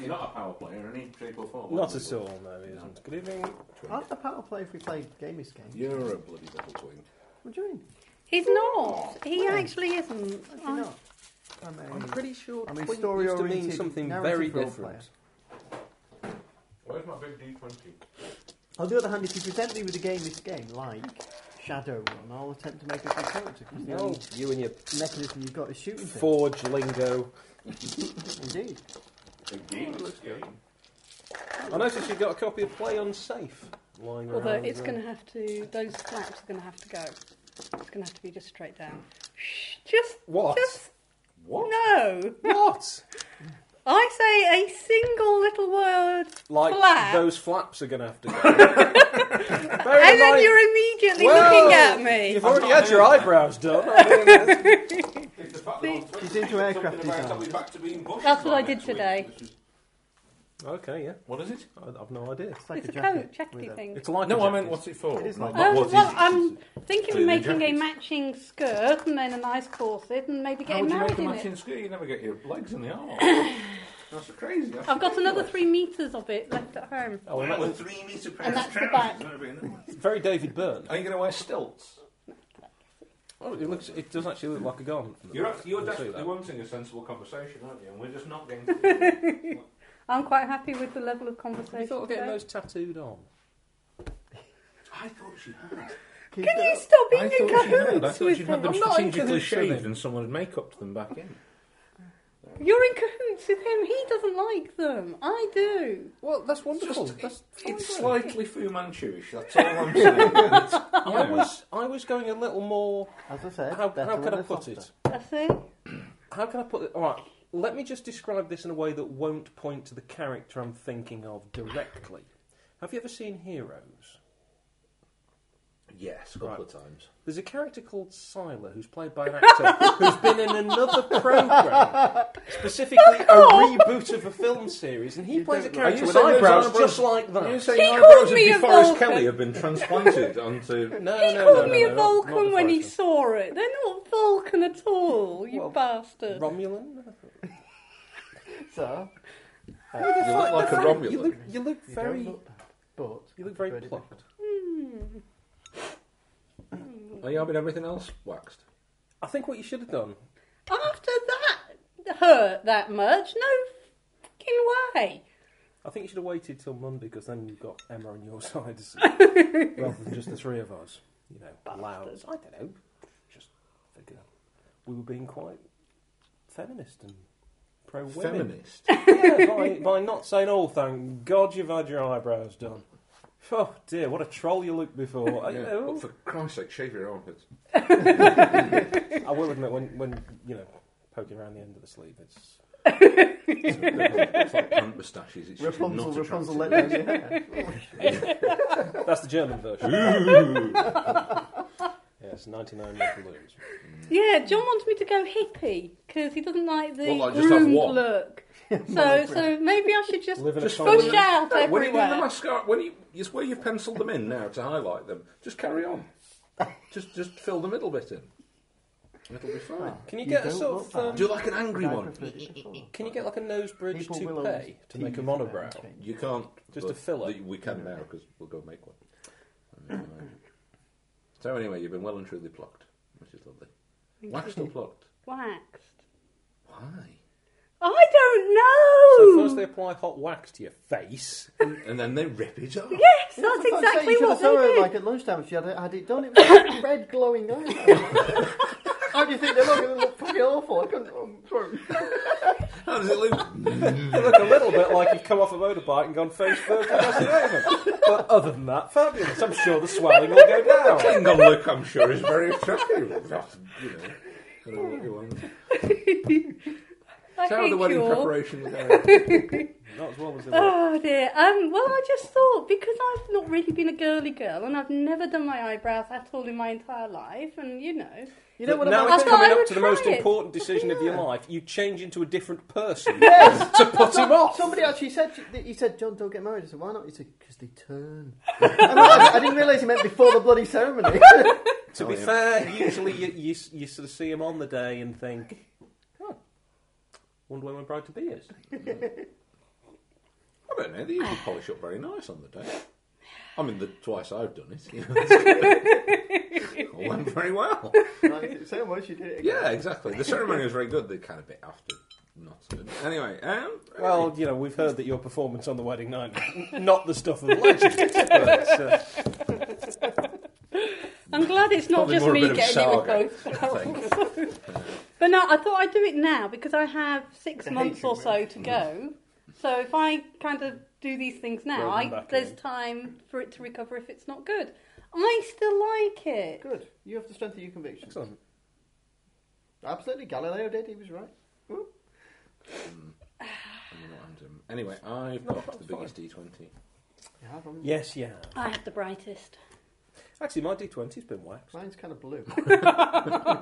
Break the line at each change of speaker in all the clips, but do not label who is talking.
You're not a power player in any shape or form.
Not
are you?
at all, no, he isn't. Good evening.
Aren't the power play if we play Gamey's game?
You're a bloody little twink.
What do you mean?
He's not. He actually isn't.
How do you
I,
not? I mean,
I'm pretty sure
I mean,
twink
story
used to mean
oriented
something
narrative
very
role
different.
Where's my big D20?
on the other hand, if you present me with a Gamey's game like Shadowrun, I'll attempt to make a good character because the
No,
only
Oh, you and your
mechanism you've got is shooting things.
forge lingo.
Indeed.
Big D. This game.
I noticed you got a copy of Play Unsafe lying around.
although it's
uh,
going to have to. Those flaps are going to have to go. It's going to have to be just straight down. Shh, Just.
What?
Just.
What?
No.
What?
I say a single little word,
Like
Flap.
those flaps are going to have to go. Bear in
and then
mind-
you're immediately
Oh, Well,
looking at me.
You've already had your eyebrows done. I mean, that's-
It's the fact that on Twitter
She's
you
into
said
aircraft
something about
design.
having back to being bushed
That's what
by
I did
next week,
today.
which is-
okay, yeah.
What is it?
I, I've no idea.
It's like
It's a
jacket
coat, jackety
with a-
thing.
It's like
No,
a
I meant
jacket.
what's it for?
It is like-
Oh,
what is
well,
it?
I'm thinking
Clean
of making
jackets.
a matching skirt and then a nice corset and maybe
How
getting
would you
married
make a
in
matching
it.
ski? You never get your legs in the arm. That's crazy. That's
I've got another
ridiculous.
three metres of it left at home.
Oh, well, that was
three metre
And that's the back.
very David Byrne.
Are you going to wear stilts?
Oh, it looks. It does actually look like a garment. from the
You're,
back.
you're
I can see
desperately
that.
wanting a sensible conversation, aren't you? And we're just not getting to do it.
I'm quite happy with the level of
Have you
conversation.
thought of getting
today.
those tattooed on?
I thought she had.
Keep
Can you
it
stop
I
being in
thought she had. I
cahoots
thought
with
she had
him?
them
I'm not in
strategically
cahoots with
shaved
him.
and someone had make-upped them back in.
You're in cahoots with him. He doesn't like them. I do.
Well, that's wonderful.
Just,
that's
it's, it's
fine.
slightly Fu Manchu-ish, that's all I'm saying.
I was. I was going a little more.
As I said,
How,
better
how
with
can I
a
put
softer.
it?
That's it.
How can I put it? All right. Let me just describe this in a way that won't point to the character I'm thinking of directly. Have you ever seen Heroes?
Yes, a couple of times.
There's a character called Sila who's played by an actor who's been in another program, specifically a reboot of a film series, and he plays a
Are you
character with
saying those
eyebrows
eyebrows-
just like that.
Are you saying
She
eyebrows
called
of
me a
DeForest
vulcan.
Kelly have been transplanted onto...
no,
He
no,
called
no,
me
no,
a
no, not
Vulcan
the
when he
first
saw it. They're not Vulcan at all, you
Well,
bastard.
one. Romulan.
So,
You look like a
You look,
Romulan.
you look
you
very,
don't look bad, but
you look very
I've heard it
plucked.
Hmm.
Are you having everything else waxed?
I think what you should have done.
After that hurt that much, no fucking way.
I think you should have waited till Monday because then you've got Emma on your side as- rather than just the three of us. You know, louds. I don't know. Just figure we were being quite feminist and pro women.
Feminist.
yeah, by, by not saying, "Oh, thank God you've had your eyebrows done." Oh dear, what a troll you looked before. I,
yeah.
oh,
But for Christ's sake, shave your armpits.
I will admit, when when you know poking around the end of the sleeve, it's
It's, it's like plant moustaches. It's just
Rapunzel,
not
Rapunzel, let
attractive.
down your hair.
that's the German version. yes, ninety nine balloons.
Yeah, John wants me to go hippie because he doesn't like the
Well, like, just have
groomed
one.
look. So, so maybe I should just
Live in a
Just
colony.
push out
No, when you do the
everywhere.
mascara, when you, it's where you've penciled them in now to highlight them, just carry on. just just fill the middle bit in. It'll be fine.
Can you get a
don't
sort
look
of
bad.
um,
Do like an angry
I've
one.
heard it before.
Can you get like a nose bridge
People will always
toupee to make a
tease
monobrow?
about things.
You can't.
Just
but
a filler.
th- We can now because we'll go make one. Anyway. so anyway, you've been well and truly plucked, which is lovely. Waxed or plucked?
Waxed.
Why?
I
So
don't know.
first they apply hot wax to your face.
And then they rip it off.
yes, that's
I'd say
exactly
you should
what
have saw
they
her,
do.
Like at lunchtime, if she had it, had it done, it was red glowing eyes. How do you think they're not going to look fucking awful? I couldn't. I'm sorry.
How does it look?
You look a little bit like you've come off a motorbike and gone face first across the pavement. But other than that, fabulous. I'm sure the swelling will go down.
Klingon look, I'm sure, is very attractive. That's, you know, kind of what you want.
I
So how are the
hate
wedding
you all.
preparations going?
Not as well as they were.
Oh dear. Um, well, I just thought because I've not really been a girly girl and I've never done my eyebrows at all in my entire life, and you know,
You know what
now
I'm
it's
I thought
coming
I
up
would
to the most
try it.
important decision of your life. You change into a different person
Yes.
to put him off.
Somebody actually said she- that you said John, don't get married. I said why not? He said because they turn. And I, I didn't realise he meant before the bloody ceremony.
To be fair, usually you, you, you sort of see him on the day and think, oh, wonder when my bride to be is.
don't know. They usually polish up very nice on the day. I mean, the twice I've done it, you know, it's- it went very well.
Right, so much you did it again.
Yeah, exactly. The ceremony was very good. The kind of bit after, not so good. Anyway, um,
Well, you know, we've heard that your performance on the wedding night, not the stuff of legend. but, uh,
I'm glad it's not
Probably
just
more a
me
bit of
getting it with
saga,
both.
I think.
barrels. but no, I thought I'd do it now because I have six
The
months or
hatred,
so to go. So if I kind of do these things now,
Roll them
I,
back
there's
in.
time for it to recover if it's not good. I still like it.
Good. You have the strength of your convictions.
excellent.
Absolutely. Galileo did. He was right. Whoop.
I don't know what I'm doing. Anyway, I've got the biggest D20.
You have 'em.
Yes, yeah.
I have the brightest.
Actually, my D20's been waxed.
Mine's kind of blue.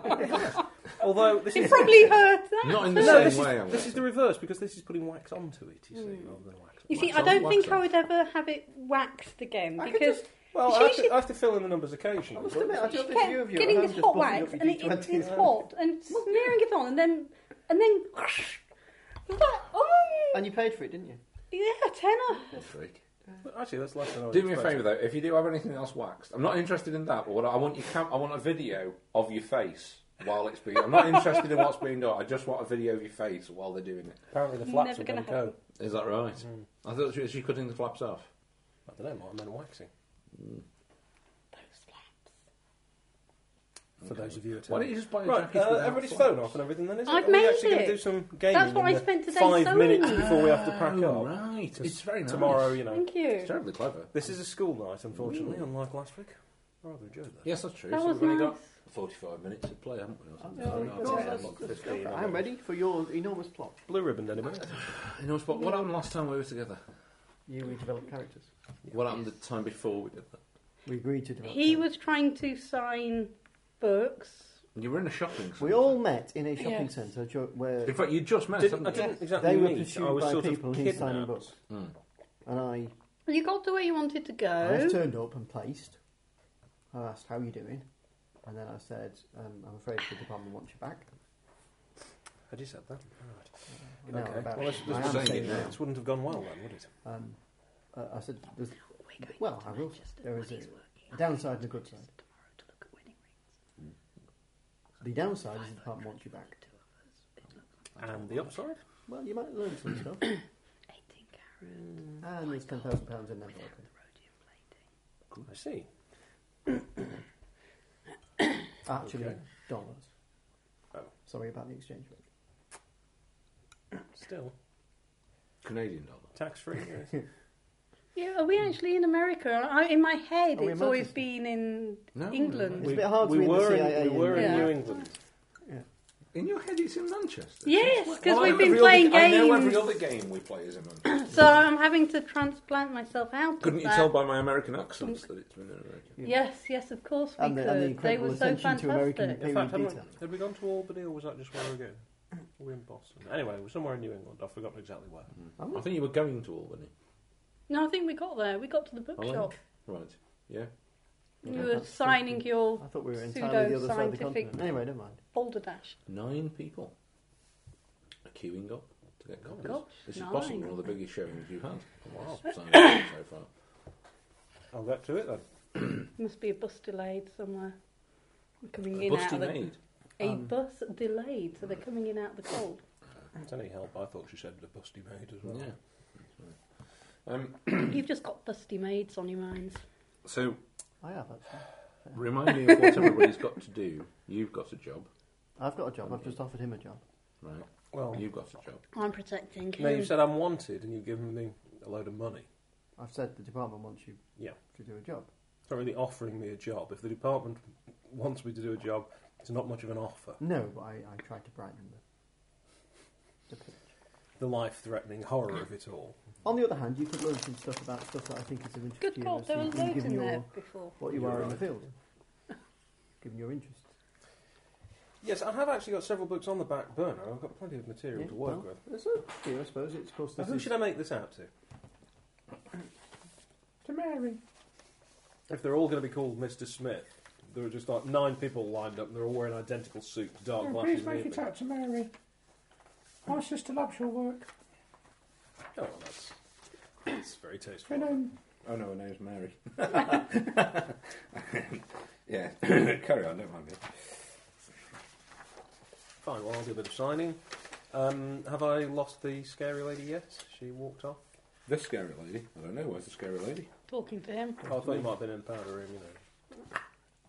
Although this
It
is
probably heard that.
Not in the
no,
same
this,
way. I
is, this
would.
is the reverse because this is putting wax onto it. You see,
Hmm.
rather than wax.
You see,
Wax
I
on,
don't
wax
think I
on.
would ever have it waxed again
I could
because
just- well, I have, to, I have to fill in the numbers occasionally.
I must admit, I
she
don't think you
kept
of you at
getting
home
this
just
hot
buffing
wax
up your
and it,
D20
it's, it's
and-
hot and smearing it on and then and then. Was that- oh,
And you paid for it, didn't you?
yeah, tenner.
What a freak.
But Actually, that's less than I was
Do me a
expecting.
favour though. If you do have anything else waxed, I'm not interested in that. But what I I want you cam- I want a video of your face while it's being. I'm not interested in what's being done. I just want a video of your face while they're doing it.
Apparently, the flaps
Never
are going
gonna
to go.
happen.
Is that right?
Mm.
I thought she was she cutting the flaps off.
I don't know. Might have meant waxing.
Those flaps.
For those of you at
Why
home.
don't you just buy a
Right,
jacket?
uh,
without
everybody's
flaps?
phone off and everything. Then is it?
I've
Are we
made
actually going
it.
to do some gaming.
That's what
in
I
the
spent today
Five
sewing.
minutes before we have to pack
Oh,
up.
right. It's very nice.
Tomorrow, you know.
Thank you.
It's terribly clever.
This is a school night, unfortunately, unlike last week. I rather enjoyed that.
Yes, that's true.
That
so
was
we've only
nice.
got 45 minutes to play, haven't we? Or something?
Oh,
Half an
God,
hour,
that's-
look,
that's
15.
good.
I'm ready for your enormous plot.
Blue ribbon, anyway.
You know, what, what happened last time we were together?
You we develop characters.
What happened the time before we did that?
We agreed to develop.
He was trying to sign books.
You were in a shopping centre.
We all met in a shopping
Yes.
centre jo- where
In fact, you just met.
Didn't, I
haven't you?
didn't exactly
they were
meet.
pursued
I was
by
sort
people
of
who's signing
kidnapped.
books,
Mm.
and I,
You got to where you wanted to
I was
go.
turned up and placed. I asked how you doing, and then I said, um, "I'm afraid the department wants you back."
I just said that. Right.
Now
Okay.
about
Well,
it.
this- this
I
was
am
saying
saying
it now.
that.
This wouldn't have gone well then, would it?
Um, uh, I said, "There's
We're going
Well,
to
I will.
Manchester
There
when
is a
he's working. I'm
downside
going
and a good
to
side.
tomorrow to look at wedding rings.
The downside is the department wants you back.
Two of us. It looks
And the upside?
Well, you might learn some stuff,
like 18 carat.
and there's ten thousand pounds in that. pocket.
Rhodium plating.
I see.
Actually,
Okay.
dollars.
Oh.
Sorry about the exchange rate.
Still
Canadian dollar.
tax free.
Yeah, are we actually in America? I, in my head,
Hmm. Are we
it's
in
always
Manchester?
been in
No,
England.
It's a bit hard to
we
be in the
were
CIA
in, we were
and-
in
Yeah.
New England.
In your head, it's in Manchester.
Yes,
It's-
'cause
I
we've
know
been
every
playing
other, I know every
games.
other game we play is in Manchester.
So I'm having to transplant myself out. of
Couldn't you
that.
tell by my American accents that it's been in America?
Yes, yes, of course we
And the-
could.
and the
they
incredible
were so
attention
fantastic.
to American
In
They
fact,
were
had we,
beaten.
had we gone to Albany or was that just where we were going? We were in Boston. Anyway, we were somewhere in New England. I've forgotten exactly where.
Oh.
I think you were going to Albany.
No, I think we got there. We got to the
Oh, yeah.
bookshop.
Right. Yeah.
You
Yeah,
were
that's
signing
something.
your
I thought we were entirely the other side of the
pseudo-scientific-
continent. Anyway, never mind.
boulder dash.
Nine people are queuing up to get copies.
Gosh,
this is
nine.
possibly one of the biggest showings you've had.
Wow.
Wow. so far.
I'll get to it then.
Must be a bus delayed somewhere. We're coming
A
in out
busty
of the,
maid.
a
Um,
bus delayed, so they're coming in out of the cold.
It's any help. I thought she said the busty maid as well.
Yeah. Um,
You've just got busty maids on your minds.
so,
I have actually.
remind me of what everybody's got to do. You've got a job,
I've got a job. I've just offered him a job.
right?
Well,
You've got a job.
I'm protecting him.
no,
uh,
you said I'm wanted and you've given me a load of money.
I've said the department wants you
Yeah.
to do a job.
It's not really offering me a job. If the department wants me to do a job, it's not much of an offer.
No, but I, I tried to brighten the, the pitch.
The life threatening horror of it all.
On the other hand, you could learn some stuff about stuff that I think is of interest to
Good
you,
God,
as
there
you
was
can
loads
give
in
your-
there before.
What you
You're
are in the
right.
field, given your interest.
Yes, I have actually got several books on the back burner. I've got plenty of material to work with.
It's up to you, I suppose. It's of course.
Now,
This
who
is,
should I make this out to?
To Mary.
If they're all going to be called Mr. Smith, there are just like nine people lined up and they're all wearing identical suits, dark glasses. and everything.
out to Mary.
Um,
My sister loves your work.
Oh, well, that's very tasteful.
Her name? Oh no, her name's Mary. yeah, carry on. Don't mind me.
Fine, well, I'll do a bit of signing. Um, have I lost the scary lady yet? She walked off.
This scary lady. I don't know. Where's the scary lady?
Talking to him.
Oh, I thought you might have been in the powder room, you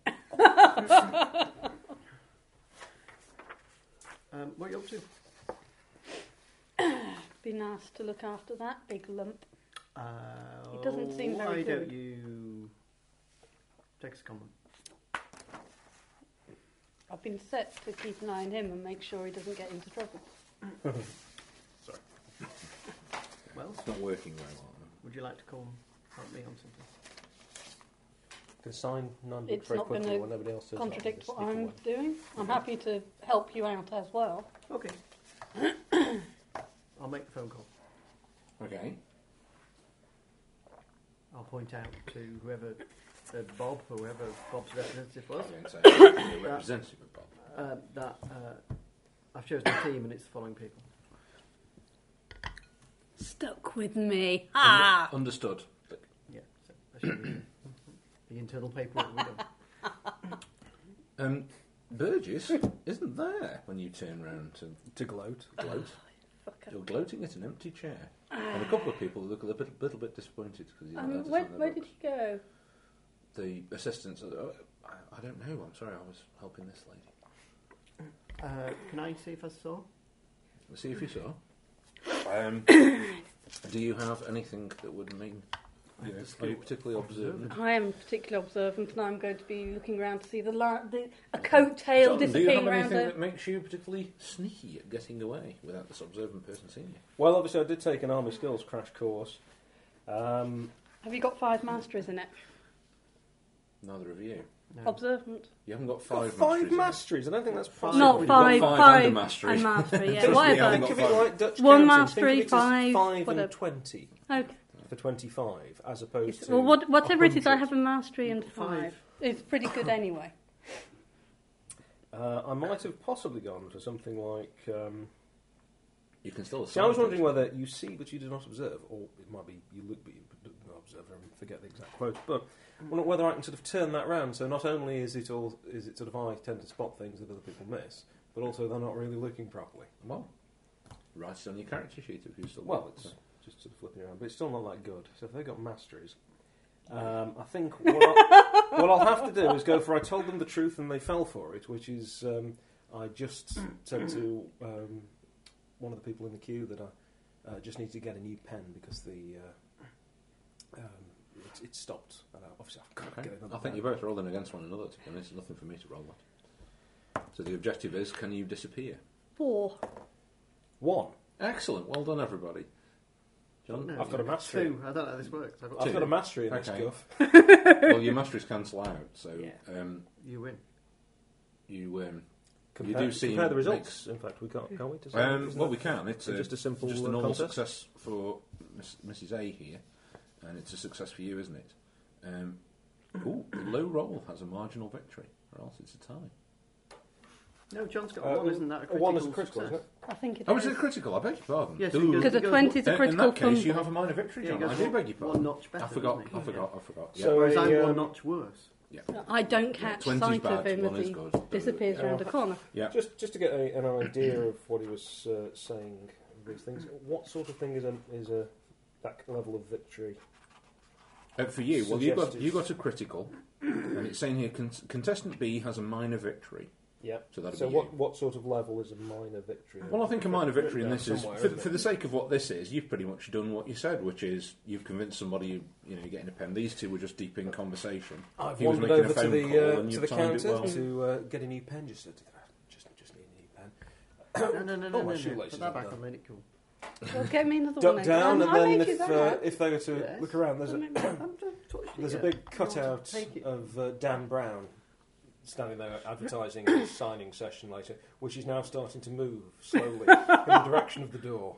know.
Um, what are you up to?
Been asked to look after that big lump.
Uh,
It doesn't seem very
Why
good.
don't you take us common?
I've been set to keep an eye on him and make sure he doesn't get into trouble.
Well,
It's not working very well.
would you like to come help me on something?
Can sign none
It's
very
not
quickly
gonna
when nobody else says
Contradict
that.
what I'm doing. I'm happy to help you out as well.
Okay. I'll make the phone call.
Okay.
I'll point out to whoever uh, Bob, whoever Bob's representative was,
I didn't say it. You're representative of Bob.
uh, that uh, I've chosen a team and it's the following people.
Stuck with me. Ah!
Under- understood.
Yeah, so that should be the internal paperwork we've done.
Um, Burgess isn't there when you turn round to
To gloat.
gloat.
Fucker.
You're gloating at an empty chair, and a couple of people look a little bit, little bit disappointed because he's not there
Um,
to
where,
sign the
where
book.
did he go?
the assistants. Are, oh, I, I don't know. I'm sorry. I was helping this lady.
Uh, can I see if I saw?
Let's see if you saw. Um, do you have anything that would mean? you know, are you particularly observant?
I am particularly observant, and I'm going to be looking around to see the, la- the a
John,
coattail
do you
disappearing
have
around
anything
the.
that makes you particularly sneaky at getting away without this observant person seeing you?
Well, obviously, I did take an army skills crash course. Um,
Have you got five masteries in it?
Neither of you.
No.
Observant.
You haven't got
got
five. masteries
five
in it.
masteries. I don't think that's
Five.
possible.
Not
we've got
five,
five
five
and a mastery.
and mastery, yeah.
Trust
me, I
Whatever.
haven't
Think of
got
it
five.
like Dutch
One
counting.
mastery,
Think of it as
five,
five
whatever.
and twenty
Okay.
for twenty-five, as opposed
It's-
to
Well, what, whatever it is, I
100.
have a mastery and five.
Five.
It's pretty good anyway.
Uh, I might have possibly gone for something like. Um,
You can still.
see, I was wondering whether you see but you do not observe, or it might be you look but you do not observe. I forget the exact quote, but I wonder whether I can sort of turn that round. So not only is it all is it sort of "Oh, I tend to spot things that other people miss, but also they're not really looking properly.
Well, write it on your character sheet if you still.
Well,
want it.
it's just sort of flipping around, but it's still not that good. So if they've got masteries, um, I think what, I, what I'll have to do is go for I told them the truth and they fell for it, which is um, I just said to um, one of the people in the queue that I uh, just need to get a new pen because the uh, um, it, it stopped. And I, obviously, I've got
Okay.
to get another
I think
pen.
you're both rolling against one another, to be honest. Nothing for me to roll on. So the objective is can you disappear?
Four.
One.
Excellent. Well done, everybody. John?
No,
I've got a mastery.
Two. I don't know how this works. I've got
I've
Two.
got a mastery in this
Okay.
guff.
well, your masteries cancel out, so
Yeah.
um,
You win.
you. Um,
Compare,
do see
compare the
it
results. In fact, we can't, can we? Does that-
um,
isn't
well, we
that-
can. It's a,
just a simple
just a
uh,
normal
contest?
success for Miss, Mrs. A here, and it's a success for you, isn't it? Um, ooh, the low roll has a marginal victory, or else it's a tie.
No, John's got
Uh,
a one. Isn't that a
a
critical
one is a critical, isn't
success?
it?
I think it
Oh, is it
is.
critical? I beg your pardon.
Yes,
Ooh.
because
Because a
It goes-
20 is a
In-
critical
In that case, you
fumble.
have a minor victory,
Yeah,
John.
it
I
goes
do
one-
beg your pardon.
one notch better,
I forgot.
doesn't it?
I forgot. I forgot. Yeah.
So
Whereas I'm
a,
one
um,
notch worse.
I don't catch
20's
sight of
bad,
him
one
as
is
he
good.
disappears
Yeah.
around a corner.
Yeah.
Just just to get a, an idea of what he was uh, saying, of these things. What sort of thing is a is a that level of victory?
Uh, for you, well, you got
Suggested.
you got a critical, and it's saying here con- contestant B has a minor victory.
Yeah.
So that'd
so
be
what
you.
what sort of level is a minor victory?
Well, I think a minor victory in
Yeah,
this is
somewhere,
for,
isn't
for
it?
the sake of what this is. You've pretty much done what you said, which is you've convinced somebody you, you know you're getting a pen. These two were just deep in conversation.
I've
He was
wandered
making a
over to
phone
the
call
uh,
and
to
you've
the
timed it
counter
well.
to uh, get a new pen. Just said, just just need a new pen.
no, no, no, no,
Oh,
my
no, no.
shoelaces
Put that
are
back
done.
on, let it cool.
Well, get me another one.
Duck down,
then.
and
I
then
made you
if uh,
that.
if they were to
Yes.
look around, there's a
I made-
I'm just touching
there's a
it.
big
You want to
cutout
take it?
of uh, Dan Brown standing there advertising his signing session later, which is now starting to move slowly in the direction of the door.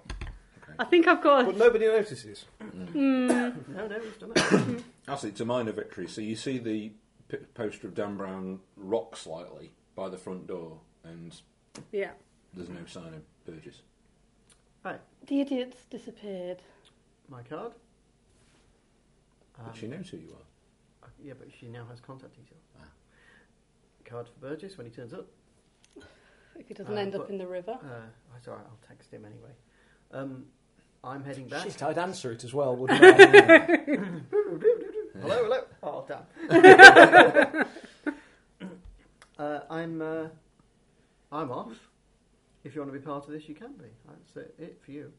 I think I've got.
But
A,
nobody notices.
No, no, he's done it.
Actually, it's a minor victory. So you see the p- poster of Dan Brown rock slightly by the front door, and
yeah.
there's no sign of Burgess.
right,
The idiot's disappeared.
my card.
Ah.
Um,
But she knows who you are.
uh, Yeah, but she now has contact details.
Ah.
Card for Burgess when he turns up.
If he doesn't
Uh,
end up
but-
in the river.
Uh, that's all right, I'll text him anyway. Um, I'm heading back.
Shit, I'd answer it as well, wouldn't I?
hello, hello. Oh, damn. uh, I'm, uh, I'm off. If you want to be part of this, you can be. That's it, it for you.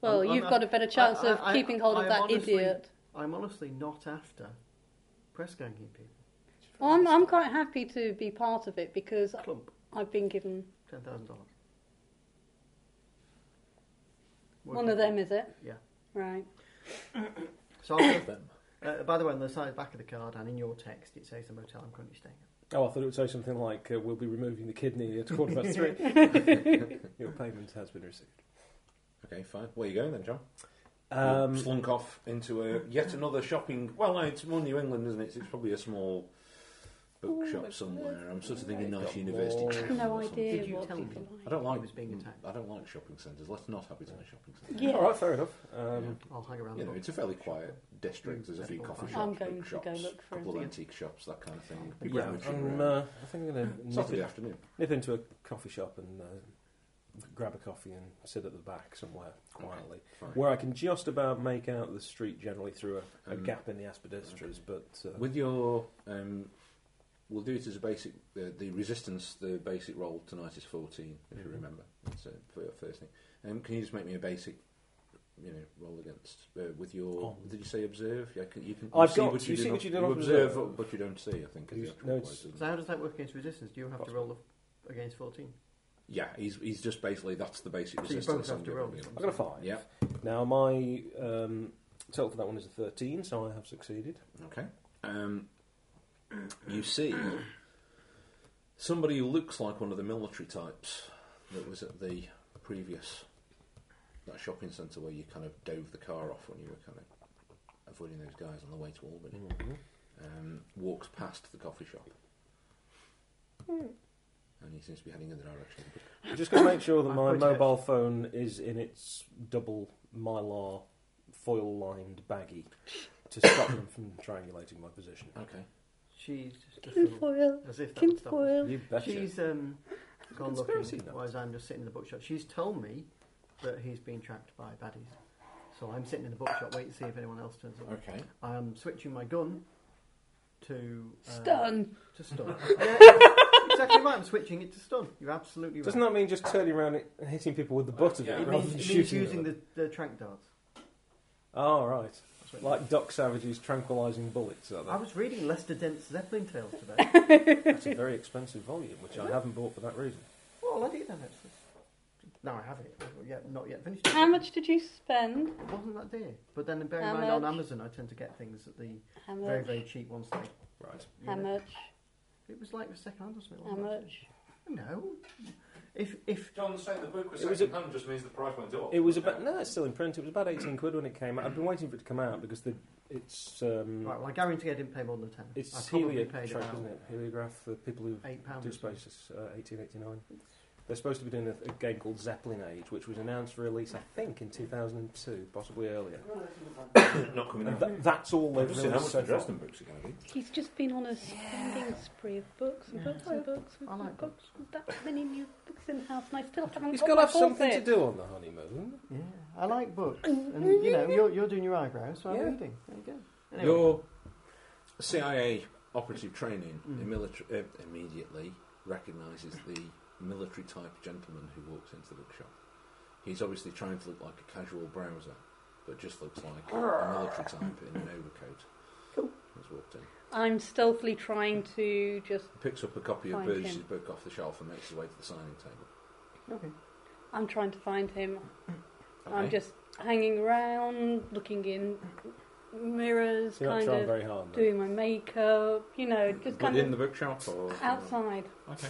Well,
I'm- I'm
you've
a-
got a better chance
I-
of
I- I-
keeping hold of
I'm
that
honestly-
idiot.
I'm honestly not after press ganging people.
Well, I'm, I'm quite happy to be part of it because
Clump,
I've been given
ten thousand dollars.
one of them, is it?
Yeah.
Right.
So I'll go,
Them.
uh, by the way, on the side back of the card and in your text, it says the motel I'm currently staying at.
oh, I thought it would say something like, uh, "We'll be removing the kidney at quarter past three. Your payment has been received."
Okay, fine. Where are you going then, John?
Um,
Slunk off into a yet another shopping. Well, no, it's more New England, isn't it? So It's probably a small bookshop somewhere. I'm sort of thinking nice university.
more-
town
No
or something.
idea
Did you
what
tell
people
me?
like.
I don't like
He was being attacked.
I don't like shopping centres. Let's not have it in a shopping centre.
Yeah.
All right, fair enough. Um,
I'll hang around.
You know,
the block.
it's a fairly quiet district. There's a few coffee shops,
I'm going
book
to go
shops,
look for
couple
it.
of antique shops, that kind of thing. People
yeah,
have a cheap
I'm,
round.
uh, I think I'm going to nip,
Saturday
in-
afternoon.
nip into a coffee shop and uh, grab a coffee and sit at the back somewhere quietly,
fine.
where I can just about make out the street generally through a, a
Mm.
Um,
gap in the aspidistras. But uh,
With your, um, we'll do it as a basic. Uh, the resistance, the basic roll tonight is fourteen. If you
Mhm.
remember, it's uh, for your first thing. Um, can you just make me a basic, you know, roll against uh, with your?
Oh.
Did you say observe? Yeah, can, you can.
I've
see
got-
what you,
you see
do
what
not,
you do not
observe,
observe.
but you don't see. I think. Is
He's-
the actual
no,
word,
it's-
isn't
So
it?
how does that work against resistance? Do you have to roll the, against 14?
yeah, he's he's just basically that's the basic
So you
resistance.
both have
I'm
to
giving
roll.
you.
I got a five.
Yeah.
Now my um, total for that one is a thirteen, so I have succeeded.
Okay. Um, you see somebody who looks like one of the military types that was at the previous that shopping centre where you kind of dove the car off when you were kind of avoiding those guys on the way to Albany.
Mm-hmm.
Um, walks past the coffee shop. And he seems to be heading in the direction. of the book.
I'm just going to make sure that
I've
my
got it.
mobile phone is in its double mylar foil-lined baggie to stop them from triangulating my position.
Okay.
She's just a fool.
Tinfoil.
As if that would stop us.
Tinfoil.
You betcha.
She's um, gone
Conspiracy
looking,
nut.
whereas I'm just sitting in the bookshop. She's told me that he's been tracked by baddies. So I'm sitting in the bookshop waiting to see if anyone else turns up.
Okay.
I'm switching my gun to... uh,
Stun.
To stun. yeah, yeah, exactly right, I'm switching it to stun. You're absolutely right.
Doesn't that mean just turning around it- and hitting people with the butt of it
Yeah.
rather
it means,
than
it means
shooting
using
at them?
the, the trank darts.
Oh, right.
That's what it
Like Doc Savage's tranquilising bullets, are
means.
they?
I was reading Lester Dent's Zeppelin Tales today.
That's a very expensive volume, which I haven't bought for that reason.
well, I did have it. No, I have it. I've yet, not yet finished it.
How much did you spend?
It wasn't that dear. But then bear in
How
mind, on
much?
Amazon, I tend to get things at the
How
very,
much?
very cheap ones. Like,
Right.
you
How
know,
much?
It was like the second hand or something.
How
wasn't it?
much?
No. If, if,
John saying the book
It was second
hand just means the price went up.
It was about no, it's still in print. It was about eighteen quid when it came out. I've been waiting for it to come out because the it's um,
right, well, I guarantee I didn't pay more than a tenner. I
it's
probably
heliotrope,
paid
isn't
about
it? Heliograph for people who
eight pounds.
do
or something.
spaces. Uh, eighteen eighty nine. They're supposed to be doing a, a game called Zeppelin Age, which was announced for release, I think, in two thousand and two, possibly earlier.
not coming
And
out.
tha- that's all
I've
they've
just seen how
released
much
so
the
far.
Dresden books are going to be.
He's just been on a spending spree of books and books and books. and
I like
I've got that many new books in the house and I still haven't
He's
got
got to
my
have something to
faucet.
do on the honeymoon.
Yeah, I like books. And, you know, you're, you're doing your eyebrows, so I'm
Yeah.
reading. There you go. Anyway,
Your CIA operative training
Mm.
immilita- uh, immediately recognises the military type gentleman who walks into the bookshop. He's obviously trying to look like a casual browser, but just looks like a military type in an overcoat.
Cool.
Has walked in.
I'm stealthily trying to just.
He picks up a copy of
Find
Burgess's
him.
book off the shelf and makes his way to the signing table.
Okay.
I'm trying to find him. I'm
Okay.
just hanging around, looking in mirrors,
You're not
kind
trying
of
very hard. though.
doing my makeup, you know,
But
just kind
in
of
the bookshop or
outside.
Okay.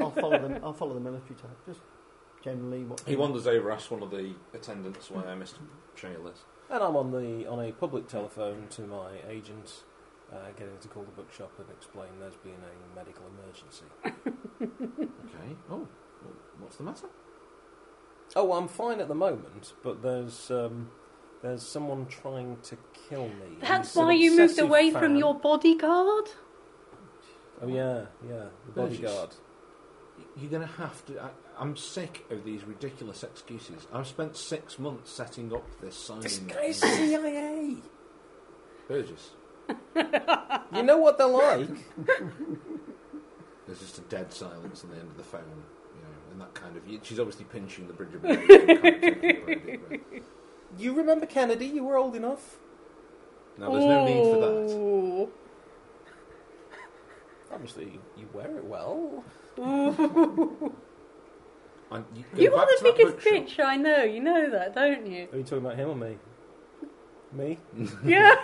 I'll follow them. I'll follow the military type. Just generally what
He wanders over, asks one of the attendants where Mr. Shale is.
And I'm on the on a public telephone to my agent, uh, getting to call the bookshop and explain there's been a medical emergency.
Okay. Oh, what's the matter?
Oh, I'm fine at the moment, but there's um, There's someone trying to kill me.
That's
He's an
why you moved
obsessive
away
fan.
from your bodyguard?
Oh yeah, yeah, the
Well, she's-
bodyguard.
You're going to have to. I, I'm sick of these ridiculous excuses. I've spent six months setting up this signing.
Mm. CIA.
Burgess.
You know what they're like.
There's just a dead silence on the end of the phone, you know, and that kind of. She's obviously pinching the bridge of her nose and kind of talking around it, right?
You remember Kennedy? You were old enough.
Now, there's no need for
Oh.
that.
Ooh.
Obviously, you wear it well.
And you go
You
back
are
to
the
that
biggest
bookshop.
bitch I know. You know that, don't you?
Are you talking about him or me? Me.
yeah.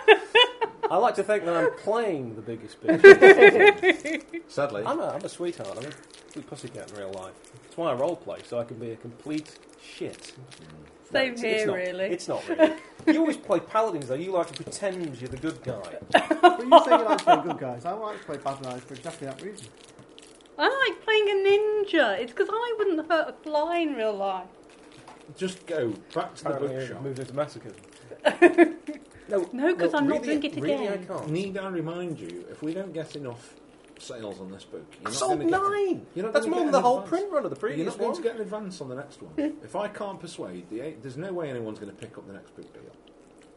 I like to think that I'm playing the biggest bitch.
Sadly,
I'm, a, I'm a sweetheart. I'm a sweet pussycat in real life. It's why I role play, so I can be a complete shit. No,
Same
it's-
here,
it's not,
really.
It's not really. you always play paladins, though. You like to pretend you're the good guy.
But you say you like to play good guys. I like to play bad guys for exactly that reason.
I like playing a ninja. It's because I wouldn't hurt a fly in real life.
just go back to the
Apparently,
bookshop.
moved into masochism. no,
No, 'cause I'm not
really-
doing it
really,
again.
I can't.
Need I remind you, if we don't get enough sales on this book, you're
I've
not
sold
gonna get-
nine.
you're not
That's
gonna
more
get
than
an
the whole
advance.
print run of the
You're
previous
not going
one.
to get an advance on the next one. if I can't persuade, the, there's no way anyone's going to pick up the next book deal.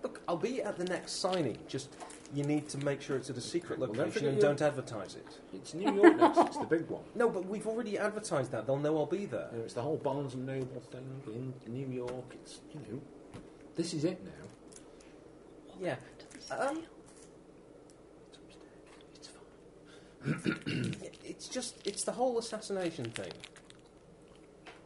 Look, I'll be at the next signing. Just you need to make sure it's at a secret
Well, don't
location
forget
and
your-
don't advertise it.
It's New York next. It's the big one.
No, but we've already advertised that. They'll know I'll be there.
You know, it's the whole Barnes and Noble thing in New York. It's you know, this is it now.
Yeah. Um,
It's upstairs. It's fine.
it's just it's the whole assassination thing.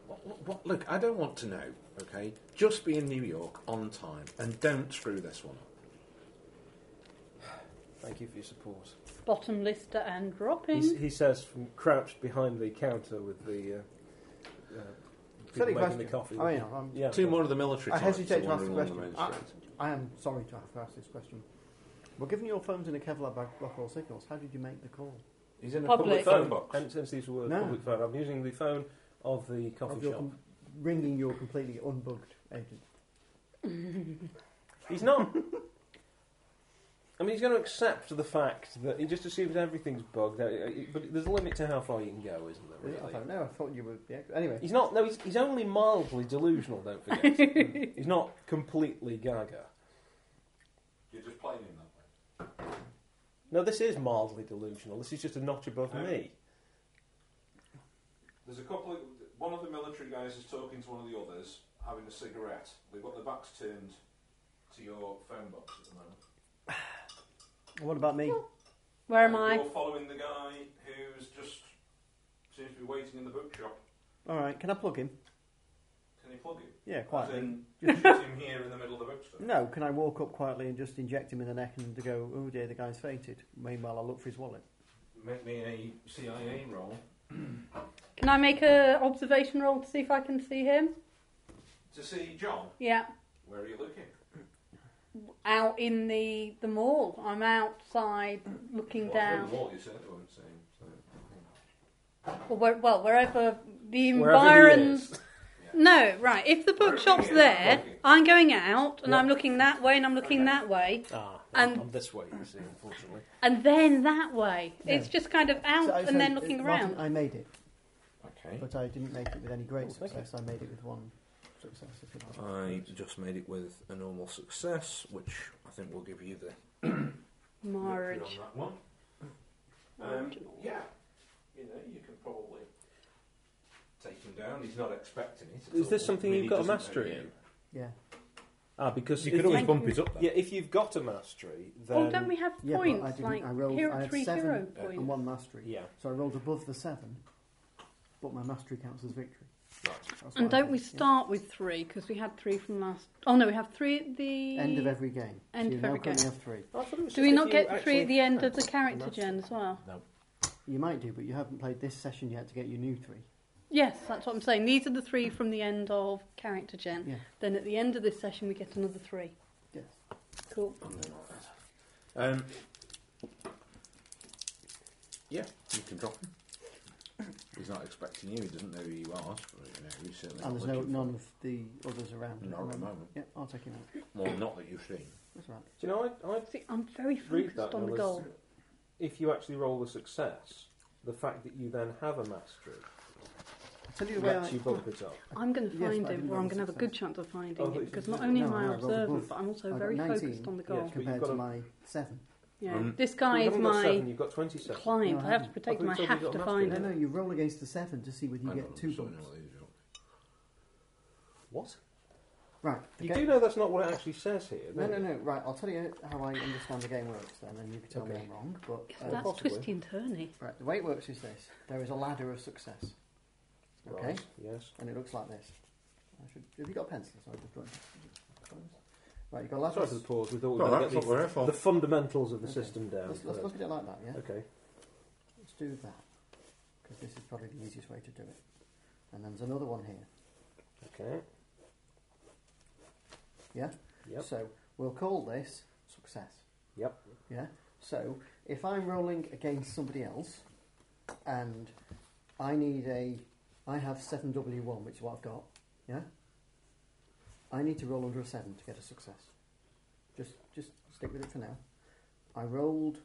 What, what, what, look, I don't want to know. Okay, just be in New York on time and don't screw this one up.
Thank you for your support.
Bottom lister and dropping.
He's, he says from crouched behind the counter with the. Uh, uh, people making
Silly question.
the coffee.
I mean, I'm,
yeah.
Two more of the military.
I
types
hesitate to ask the
wandering along main
question. I,
street.
I am sorry to have to ask this question. Well, given your phone's in a Kevlar bag, block all signals, how did you make the call?
He's in a
Public.
public, phone box.
And since these were
No.
public phone, I'm using the phone of the coffee
Of your
shop.
com- ringing your completely unbugged agent.
He's not. I mean, he's going to accept the fact that he just assumes everything's bugged. uh, uh, But there's a limit to how far you can go, isn't there?
I
Really?
don't know. I thought you were the ex- Anyway,
He's not. No, he's, he's only mildly delusional. Don't forget. he's not completely gaga.
You're just playing him that way.
No, this is mildly delusional. This is just a notch above
Um,
me.
There's a couple of. One of the military guys is talking to one of the others, having a cigarette. They've got their backs turned to your phone box at the moment.
what about me?
Where am
And
I?
You're following the guy who's just seems to be waiting in the bookshop.
All right, can I plug him?
Can you plug him?
Yeah,
As
quietly.
in, shoot him here in the middle of the bookstore.
No, can I walk up quietly and just inject him in the neck and to go, oh dear, the guy's fainted? Meanwhile, I look for his wallet.
Make me a CIA roll.
Can I make a observation roll to see if I can see him?
To see John,
Yeah.
where are you looking?
Out in the the mall. I'm outside looking
Well, it's
down.
the wall, you said it wasn't saying. So.
Or where, well, wherever the
Wherever he
environs.
is.
No, right. If the
Wherever
bookshop's
he is,
there,
okay.
I'm going out and
Yeah.
I'm looking that way and I'm looking
Okay.
that way
Ah,
And-
I'm this way. You see, unfortunately.
and then that way.
No.
It's just kind of out
So I-
and
so
then
it-
looking
Martin,
around.
I made it,
Okay.
but I didn't make it with any great
Oh, thank
success. I made it with one success. if you like.
I just made it with a normal success, which I think will give you the
Marriage.
Victory on that one. Um, yeah, you know, you can probably take him down. He's not expecting it. at
Is
all.
this something
I mean,
you've
he
got a
doesn't know
mastery
you.
in?
Yeah.
Ah, because
You
if
could always
Thank
bump
you.
it up there.
Yeah, if you've got a mastery, then
Oh, don't we have
Yeah, but I
points
didn't.
like
I rolled.
hero,
I had
three
seven
hero
uh,
points?
and one mastery.
Yeah.
So I rolled above the seven, but my mastery counts as victory. That's what
And
I
don't
did,
we
yeah.
start with three because we had three from last? Oh no, we have three at the
End of every game.
End
so you
of
now
every
currently
game.
have three.
I thought it was
Do
just
we
if
not
you
get three
actually-
at the end of the character
That's-
gen as well?
No.
You might do, but you haven't played this session yet to get your new three.
Yes, that's what I'm saying. These are the three from the end of character gen.
Yeah.
Then at the end of this session, we get another three.
Yes.
Cool.
Um, yeah, you can drop him. He's not expecting you. He doesn't know who you are. But, you know, he's certainly not
And there's no
looking for
none
you.
of the others around. at
Not
the
at the
moment.
moment.
Yeah, I'll take him out.
Well, not that you've seen.
That's right.
Do you know, I, I
See, I'm very
read
focused
that
on the
now as
goal.
if you actually roll a success, the fact that you then have a mastery
I'll tell you the way
lets
I,
you bump it up.
I'm going to
Yes,
find
I
him,
didn't
or I'm
roll
going to have a good
success.
chance of finding
Oh,
him
but
because
you
not
did.
only
No,
am
I
I
rolled
observant,
above.
but I'm also
I got
very
19,
focused on the
yes,
goal.
but you've
compared
got
to
a-
my seven.
Yeah,
Um,
this
you
guy is
haven't got
my
seven, you've got 27.
client.
No, I
I have to
haven't.
protect
I
him. I
thought you told me
have
you
to
got
find
mastery.
No,
him.
no, you roll against the seven to see whether you
I
get
don't
two
understand
points.
what these are.
What?
Right. the
You
game-
do know that's not what it actually says here.
No,
don't
no,
you?
no. Right, I'll tell you how I understand the game works then, and you can tell me I'm wrong. But
That's
um,
possibly.
twisty and turny.
right, the way it works is this: there is a ladder of success, okay,
Right, Yes.
and it looks like this. I should, have you got a pencil? Sorry, just drawing. Right, you've got a ladder.
Sorry
of
for the
su-
pause. We thought we
Well, that's
were going
what
to
we're here
get the,
for.
the fundamentals of the
Okay.
system down.
Let's, let's
first.
look at it like that. Yeah.
Okay.
Let's do that because this is probably the easiest way to do it. And then there's another one here.
Okay.
Yeah.
Yep.
So we'll call this success.
Yep.
Yeah. So if I'm rolling against somebody else, and I need a, I have seven W one, which is what I've got. Yeah. I need to roll under a seven to get a success. Just, just stick with it for now. I rolled.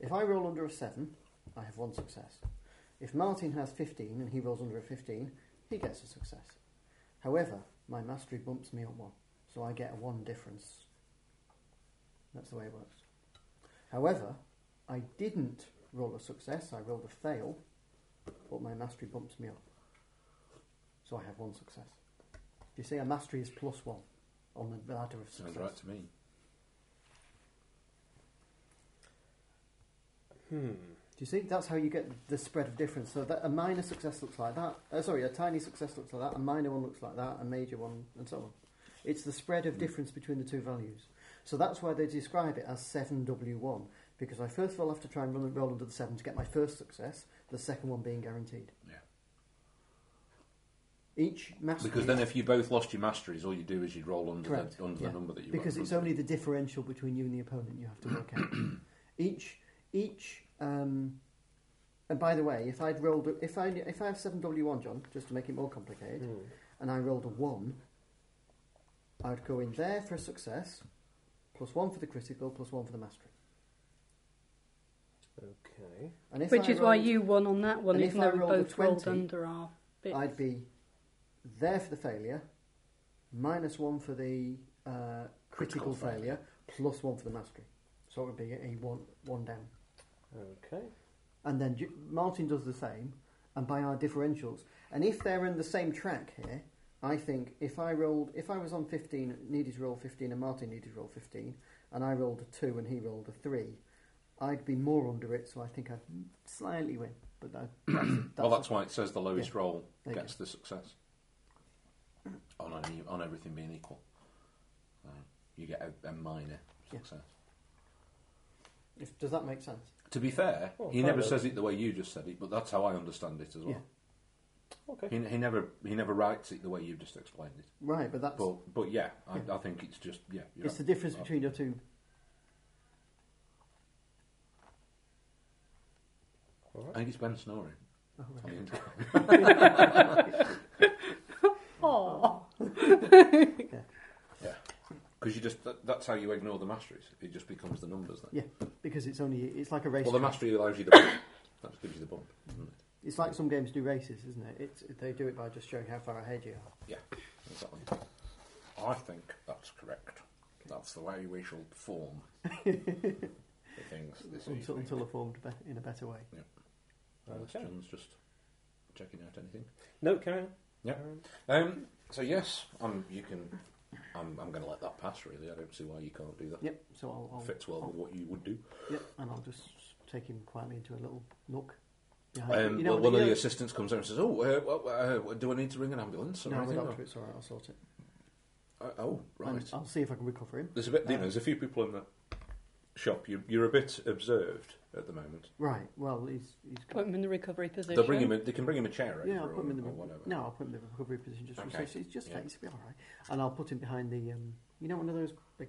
If I roll under a seven, I have one success. If Martin has fifteen and he rolls under a fifteen, he gets a success. However, my mastery bumps me up one, so I get a one difference. That's the way it works. However, I didn't roll a success, I rolled a fail, but my mastery bumps me up. So I have one success. Do you see, a mastery is plus one on the ladder of
Sounds
success.
right to me.
Hmm.
Do you see? That's how you get the spread of difference. So that a minor success looks like that. Uh, sorry, a tiny success looks like that. A minor one looks like that. A major one, and so on. It's the spread
Hmm.
of difference between the two values. So that's why they describe it as seven W one. Because I first of all have to try and run, roll under the seven to get my first success. The second one being guaranteed.
Yeah.
Each master.
Because then, if you both lost your masteries, all you do is you'd roll under
Correct.
the under
yeah.
the number that you.
Because it's only the differential between you and the opponent you have to work out. each, each. Um, and by the way, if I'd rolled, a, if I if I have seven W one, John, just to make it more complicated,
Mm.
Hmm.
and I rolled a one, I'd go in there for a success, plus one for the critical, plus one for the mastery.
Okay.
And if
Which
I
is why
rolled-
you won on that one,
and
even
if I
though we
rolled a
both rolled
20,
under our bit.
I'd be there for the failure, minus one for the uh, critical,
Critical failure.
failure, plus one for the mastery. So it would be a one one down.
Okay.
and then Ju- Martin does the same, and by our differentials. And if they're in the same track here, I think if I rolled, if I was on fifteen, needed to roll fifteen, and Martin needed to roll fifteen, and I rolled a two and he rolled a three, I'd be more under it. So I think I'd slightly win, but that, that's, that's
well, that's why it says the lowest
Yeah.
roll
There you
gets the success. On any, on everything being equal, uh, you get a, a minor
Yeah.
success.
If, does that make sense?
To be fair,
Well,
he
kind
never
of.
says it the way you just said it, but that's how I understand it as well.
Okay.
He, he never he never writes it the way you've just explained it.
Right, but that's
But but yeah, I, I think it's just yeah. you're
it's
right.
the difference
Uh,
between your two.
I think it's Ben snoring.
Oh, right.
I mean,
oh,
yeah, because you just that, that's how you ignore the masteries. It just becomes the numbers. Then.
Yeah, because it's only it's like a race.
Well, the mastery allows you the bump. that just gives you the bump. Doesn't it?
It's like some games do races, isn't it? It's, they do it by just showing how far ahead you are.
Yeah, exactly. I think that's correct. That's the way we shall perform the things this
Until,
evening.
until are formed be- in a better way.
Unless
Okay.
John's just checking out anything.
No, carry on.
Yeah.
Carry on.
Um, so yes, um, you can. I'm, I'm going to let that pass. Really, I don't see why you can't do that.
Yep. So I'll, I'll
Fits well with what you would do.
Yep, and I'll just take him quietly into a little nook. behind
Um,
you know
well,
what
one of the
you-
assistants comes over and says, "Oh, uh, well, uh, do I need to ring an ambulance?" Or
No, it's
anything?
doctor, it's all right. I'll sort it.
Uh, oh, right.
And um, I'll see if I can recover him.
There's a bit. You know, there's a few people in the shop. You, you're a bit observed at the moment.
Right. Well, he's he's.
put him in the recovery position.
They'll bring him. A, they can bring him a chair.
yeah, I'll
over
put him in the
or, or whatever.
no, I'll put him in the recovery position just
Okay.
for so it's just
Yeah.
face, it'll be all right. And I'll put him behind the um, you know, one of those big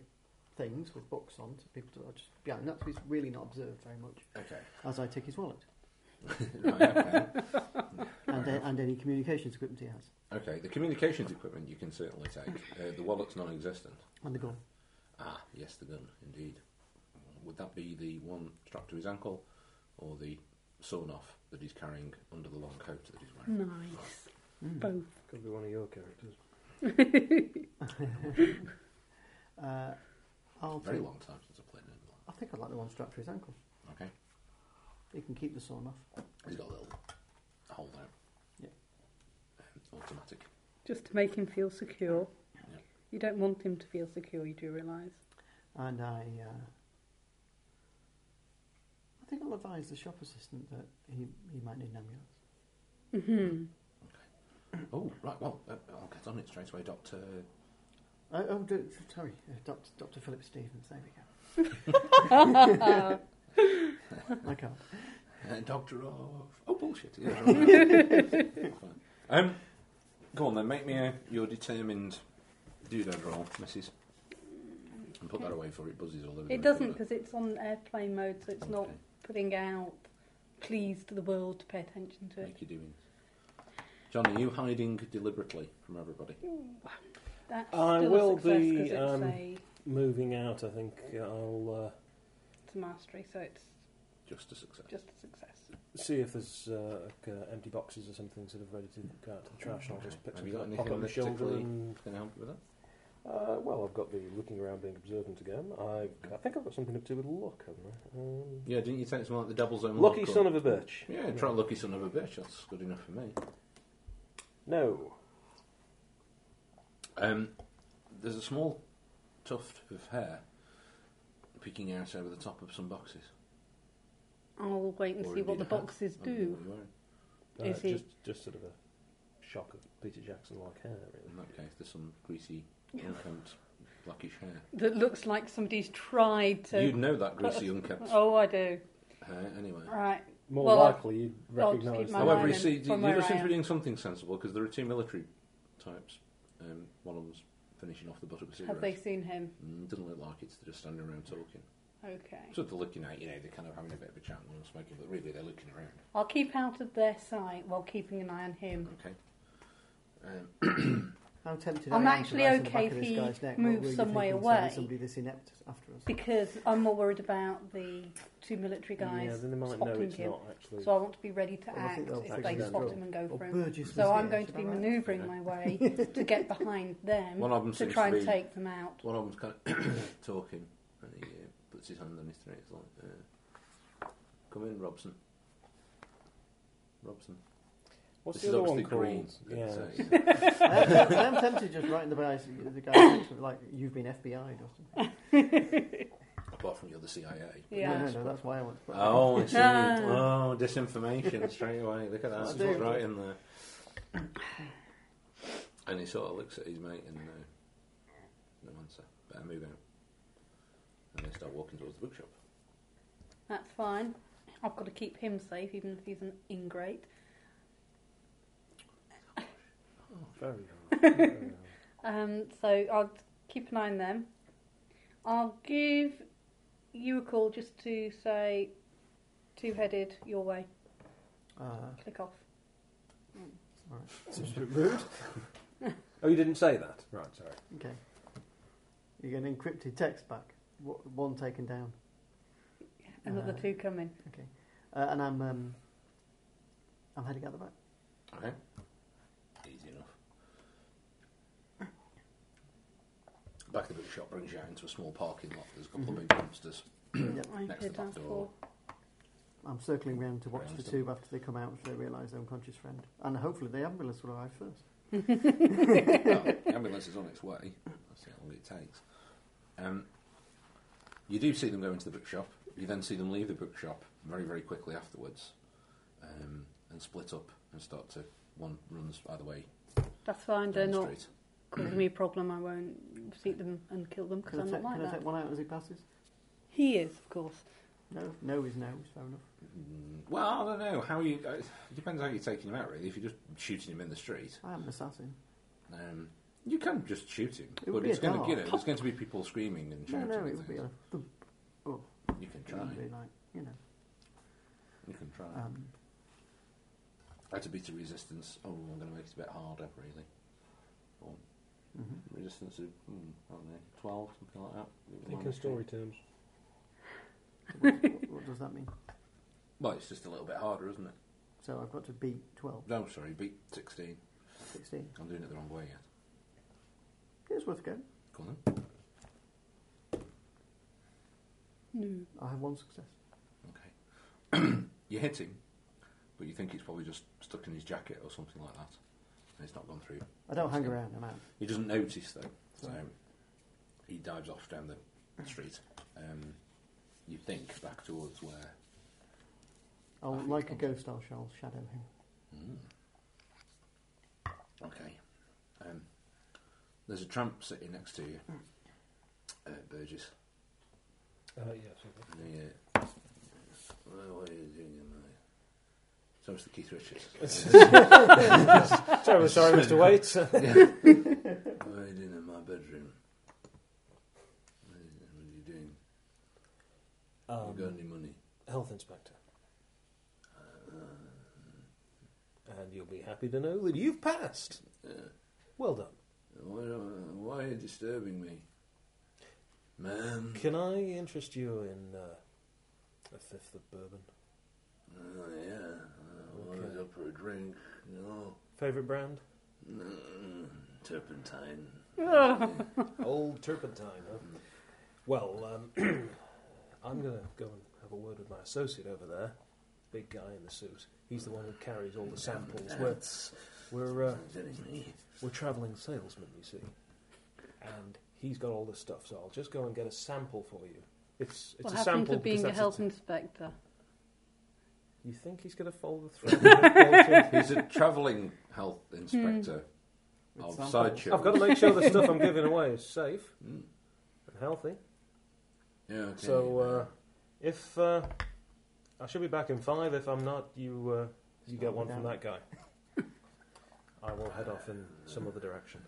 things with books on, so people are just behind. That's he's really not observed very much
Okay.
as I take his wallet.
right, okay.
and, a- and any communications equipment he has,
okay, the communications equipment you can certainly take. Uh, the wallet's non existent.
and the gun.
Ah, yes, the gun, indeed. Would that be the one strapped to his ankle or the sawn off that he's carrying under the long coat that he's wearing?
Nice.
Mm.
Both.
Could be one of your characters.
Uh, I'll
Very
take-
long time since I played it.
I think I'd like the one strapped to his ankle.
Okay.
He can keep the sawn off.
He's got a little hold out.
Yeah.
Um, automatic.
Just to make him feel secure.
Yeah.
You don't want him to feel secure, you do realise.
And I, uh, I think I'll advise the shop assistant that he, he might need an ambulance.
hmm
Oh, right, well, uh, I'll get on it straight away, Doctor.
Oh, oh do, sorry, uh, Doctor, Doctor Philip Stevens. There we go. I can't.
Uh, Doctor of. Oh, bullshit. Yeah, right. Fine. um, go on then, make me a, your determined doodad roll, Mrs. And put that away for it buzzes all over the
It doesn't
recorder.
because it's on airplane mode, so it's not
Okay.
putting out pleas to the world to pay attention to it.
Make you doing. John, are you hiding deliberately from everybody?
That's
I
still
will
a success
be,
'cause it's
um,
a
Moving out, I think I'll uh,
it's a mastery, so it's
Just a success.
just a success.
uh, see if there's uh, like, uh, empty boxes or something sort of ready to go out to the trash. I'll just pick
Have you
something
got
up,
anything
pop it on the
that
shoulder
particularly-
and
Can I help you with that?
Uh, well, I've got the looking around, being observant again. I, I think I've got something to do with luck, haven't I? Um,
Yeah, didn't you take something like the Devil's Own
lucky
Luck or-
son of a bitch.
Yeah, try Lucky Son of a Bitch, that's good enough for me.
No.
Um, there's a small tuft of hair peeking out over the top of some boxes.
I'll wait and
Or
see what
indeed
the
a hat.
boxes
I don't know
do.
what you're wearing.
Uh,
Is he-
just, just sort of a shock of Peter Jackson-like hair, really.
In that case, there's some greasy, unkempt, blackish hair.
That looks like somebody's tried to.
You'd know that greasy, unkempt
Oh, I do.
hair anyway.
Right.
More
Well, I'll-
likely, you'd
I'll just
recognise
keep my
that.
However,
eye
you
on
see,
him
the
from
the
where
other
I
seems to
am.
be doing something sensible because there are two military types. Um, one of them's finishing off the butt of a cigarette.
Have they seen him?
Mm, doesn't look like it's they're just standing around talking.
Okay.
So they're looking out, you know, they're kind of having a bit of a chat while they're smoking, but really they're looking around.
I'll keep out of their sight while keeping an eye on him.
Okay. Um,
How tempted
I'm
I am
actually
to bite on the
okay
back
if
of this
he
guy's neck.
moves
what were you
some
thinking,
way
sending
away.
Somebody this inept after us.
Because I'm more worried about the two military guys
yeah, then they might know
spotting
it's
him.
not actually.
So I want to be ready to
Well, I
act
think they'll
if
take
they
them
spot
down.
him and go
Or
for him.
Burgess was
So I'm
here,
going
is
to
that
be
right?
manoeuvring
Okay.
my way to get behind them
One of them
to
seems
try
to
and
be-
take them out.
One of them's kind of talking, and he uh, puts his hand on his throat. It's like, uh, "Come in, Robson." Robson.
What's
this is
the other one
obviously
called?
green.
Yeah.
So, yeah.
I am tempted- I am tempted just right in the guy's, the guy's neck, like you've been FBI'd or something.
Apart from you're the CIA.
Yeah.
No, no, no. That's why I want to put.
Oh, I see.
Ah.
Oh, disinformation straight away. Look at that.
That's
It's what's
it.
right in there. And he sort of looks at his mate and uh, no answer. Better move out. And they start walking towards the bookshop.
That's fine. I've got to keep him safe, even if he's an ingrate.
Very hard. Very hard.
Um, so I'll keep an eye on them. I'll give you a call just to say two headed your way.
Uh,
Click off.
Hmm. all right.
Seems a bit rude. oh, you didn't say that? Right, sorry.
Okay. You get an encrypted text back. W- One taken down.
Another
Uh,
two coming.
Uh, and I'm, um, I'm heading out the back.
Okay. Easy enough. Back of the bookshop brings you out into a small parking lot. There's a couple of big dumpsters.
yep.
I
Next
head
to back
down
door.
I'm circling round to watch
Round
the
to-
tube after they come out, if they realise their unconscious friend. And hopefully the ambulance will arrive first.
well, the ambulance is on its way. That's how long it takes. Um, you do see them go into the bookshop. You then see them leave the bookshop very, very quickly afterwards, um, and split up and start to one runs either way
That's fine, they're
down the
not
street.
causing me a problem. I won't seat them and kill them because
Can, I,
I'm
take,
not like
can I
that.
take one out as it passes?
He is, of course.
No, no is no. It's fair enough.
Mm, Well, I don't know how you. uh, It depends how you're taking him out, really. If you're just shooting him in the street,
I am an assassin.
um, you can just shoot him,
It would
but
be
it's
a
going to
dart.
get it. There's going to be people screaming and
No,
shouting.
no,
and
it would be
things.
a thump.
You can
It
try.
would be like, you know.
You can try.
Um,
It's a bit of resistance. Oh, I'm going to make it a bit harder, really. Or
Mhm.
resistance of, hmm, I don't know, 12, something like that. It was
Think in
minus
story
10.
terms.
what, what- what does that mean?
Well, it's just a little bit harder, isn't it?
So I've got to beat 12,
No, sorry, beat 16.
16.
I'm doing it the wrong way yet.
It's worth a go.
Go on then.
No.
I have one success.
Okay. you hit him, but you think it's probably just stuck in his jacket or something like that. And it's not gone through.
I don't hang around, I'm out.
He doesn't notice though, so
Right.
he dives off down the street. Um, you think back towards where?
I'll,
I think
like a
I'm-
ghost, I'll shall shadow him.
Mm. Okay. Um, there's a tramp sitting next to you, uh, Burgess.
Uh, yes. okay.
Yeah. Well, what are you doing in my- So it's the Keith Richards.
Terribly sorry, Mr. Waits.
Yeah. what are you doing in my bedroom? What are you, what are you doing? you got
Um,
any money?
health inspector.
Uh,
And you'll be happy to know that you've passed.
Yeah.
Well done.
Why, don't- why are you disturbing me? Ma'am?
Can I interest you in uh, a fifth of bourbon?
Oh, yeah. I was
Okay.
up for a drink. No.
Favourite brand?
Mm, Turpentine.
Old Turpentine, huh? Well, um, I'm going to go and have a word with my associate over there. Big guy in the suit. He's the one who carries all the samples. We're,
That's
we're, uh,
getting me.
we're travelling salesmen, you see. And he's got all this stuff, so I'll just go and get a sample for you. It's, it's
What
a
happened
sample
to
because
being a
that's
health
a t-
inspector?
You think he's going to follow the thread?
He's a travelling health
Hmm.
inspector
With
of
samples. Oh,
sideshow.
I've got to make sure the stuff I'm giving away is safe
Mm.
and healthy.
Yeah, okay.
So, uh, if uh, I should be back in five, if I'm not, you uh, you get one from that guy. I will head off in some other direction.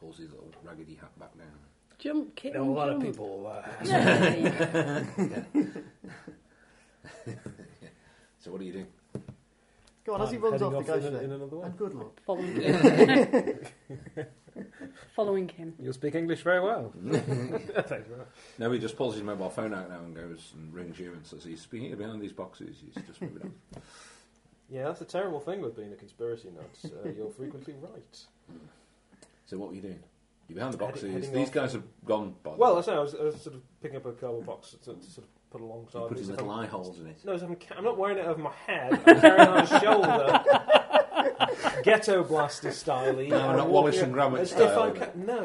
Pulls his little raggedy hat back down.
Jump, kitten, jump.
people. uh,
Yay.
So what do you do?
Go on, as he runs off, the guy
in,
should
in
say,
another way.
and good luck.
Following him. Following him.
You speak English very well. Thanks very much.
No, he just pulls his mobile phone out now and goes and rings you and says, he's speaking behind these boxes. He's just moving on.
Yeah, that's a terrible thing with being a conspiracy nut. Uh, you're frequently right.
So what were you doing? You're behind the
Heading-
boxes.
heading
These
off.
guys have gone. By the
Well,
way.
I say I was, I was sort of picking up a cardboard box to, to sort of put alongside.
you put
me,
his
so
little
I'm-
eye holes in it.
No, so I'm, ca- I'm not wearing it over my head. I'm carrying it on my shoulder. Ghetto blaster style.
No, not Wallace and Gromit style.
no.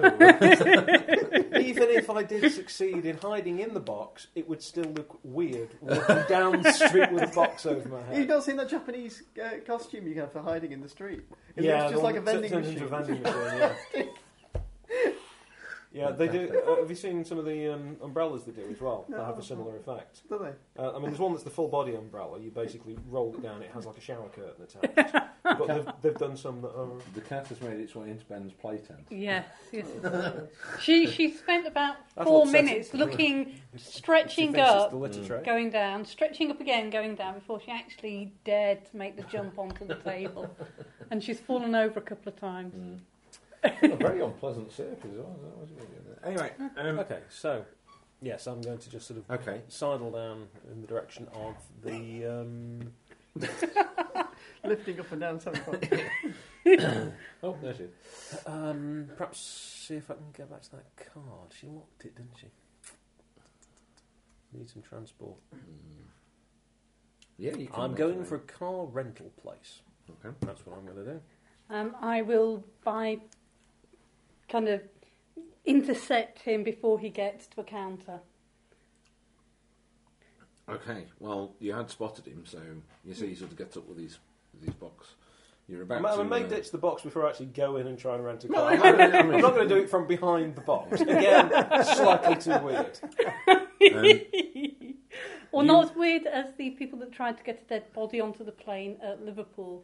Even if I did succeed in hiding in the box, it would still look weird walking down the street with a box over my
You've
head.
not seen that Japanese uh, costume you get for hiding in the street. It
yeah,
looks
the
just like
one
a
that
vending
turns into
machine.
a vending machine, yeah. Yeah, they do. Uh, have you seen some of the um, umbrellas they do as well? That have a similar effect.
Do they?
Uh, I mean, there's one that's the full body umbrella. You basically roll it down. It has like a shower curtain attached. but they've, they've done some that are.
The cat has made its way into Ben's playtent.
Yes, yes. She she spent about
That's
four
upsetting.
minutes looking,
She
stretching
thinks it's
up,
the litter tray.
going down, stretching up again, going down before she actually dared to make the jump onto the table. And she's fallen over a couple of times.
Mm. a very unpleasant circus. Anyway, um,
Okay, so yes, I'm going to just sort of
okay.
sidle down in the direction of the. Um,
Lifting up and down sometimes.
Oh, there she is.
um, perhaps see if I can go back to that card. She locked it, didn't she? Need some transport.
Mm. Yeah, you can
I'm
make
going
it.
for a car rental place.
Okay.
That's what I'm going to do.
Um, I will by kind of intercept him before he gets to a counter.
Okay. Well, you had spotted him, so you see he sort of gets up with his with his box. You're about
I'm,
to.
I may
uh,
ditch the box before I actually go in and try and rent a car.
I know, I
I'm
mean-
not going to do it from behind the box. Again, slightly too weird.
or
You-
not as weird as the people that tried to get a dead body onto the plane at Liverpool.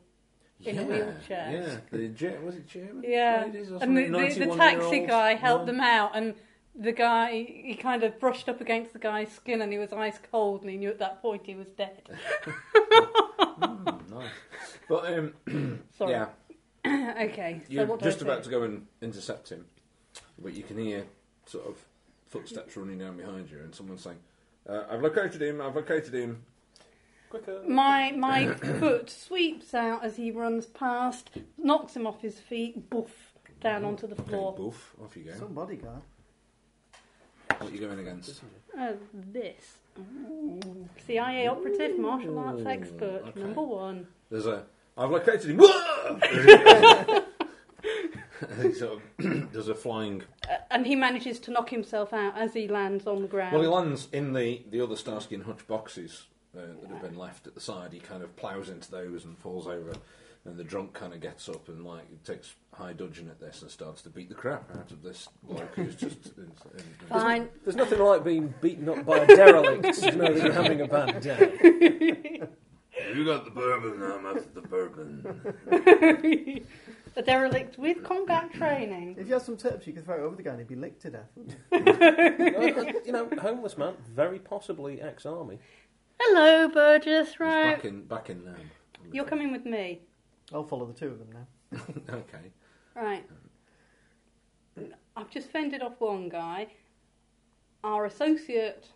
in a wheelchair.
Yeah, uh, the Ger- was it German?
Yeah,
ladies or
and the,
something?
the, the
91 -year-old
taxi guy helped
man.
them out, and the guy, he kind of brushed up against the guy's skin and he was ice cold and he knew at that point he was dead.
Mm, nice. But um,
Sorry.
yeah,
okay. So
you're
what do
just
I
about to
do?
go and intercept him, but you can hear sort of footsteps running down behind you, and someone saying, uh, "I've located him. I've located him."
Quicker.
My my foot sweeps out as he runs past, knocks him off his feet, boof, down onto the
Okay,
floor.
boof. Off you go.
Some bodyguard.
What are you going against?
Uh, this. Ooh. CIA operative, martial arts
Ooh,
expert,
okay.
number one.
There's a. I've located him. Whoa! And he sort of does a flying.
Uh, and he manages to knock himself out as he lands on the ground.
Well, he lands in the the other Starskin Hutch boxes uh, that have been left at the side. He kind of ploughs into those and falls over. And the drunk kind of gets up and like takes high dudgeon at this and starts to beat the crap out of this bloke who's just. In, in, in-
Fine.
There's nothing like being beaten up by a derelict to know that you're having a bad day.
You got the bourbon. I'm after the bourbon.
A derelict with combat training.
If you had some tips, you could throw it over the guy and he'd be licked to death. wouldn't he?
you know, homeless man, very possibly ex-army.
Hello, Burgess,
He's
right?
back in back in now.
You're coming with me.
I'll follow the two of them now.
Okay.
Right. I've just fended off one guy. Our associate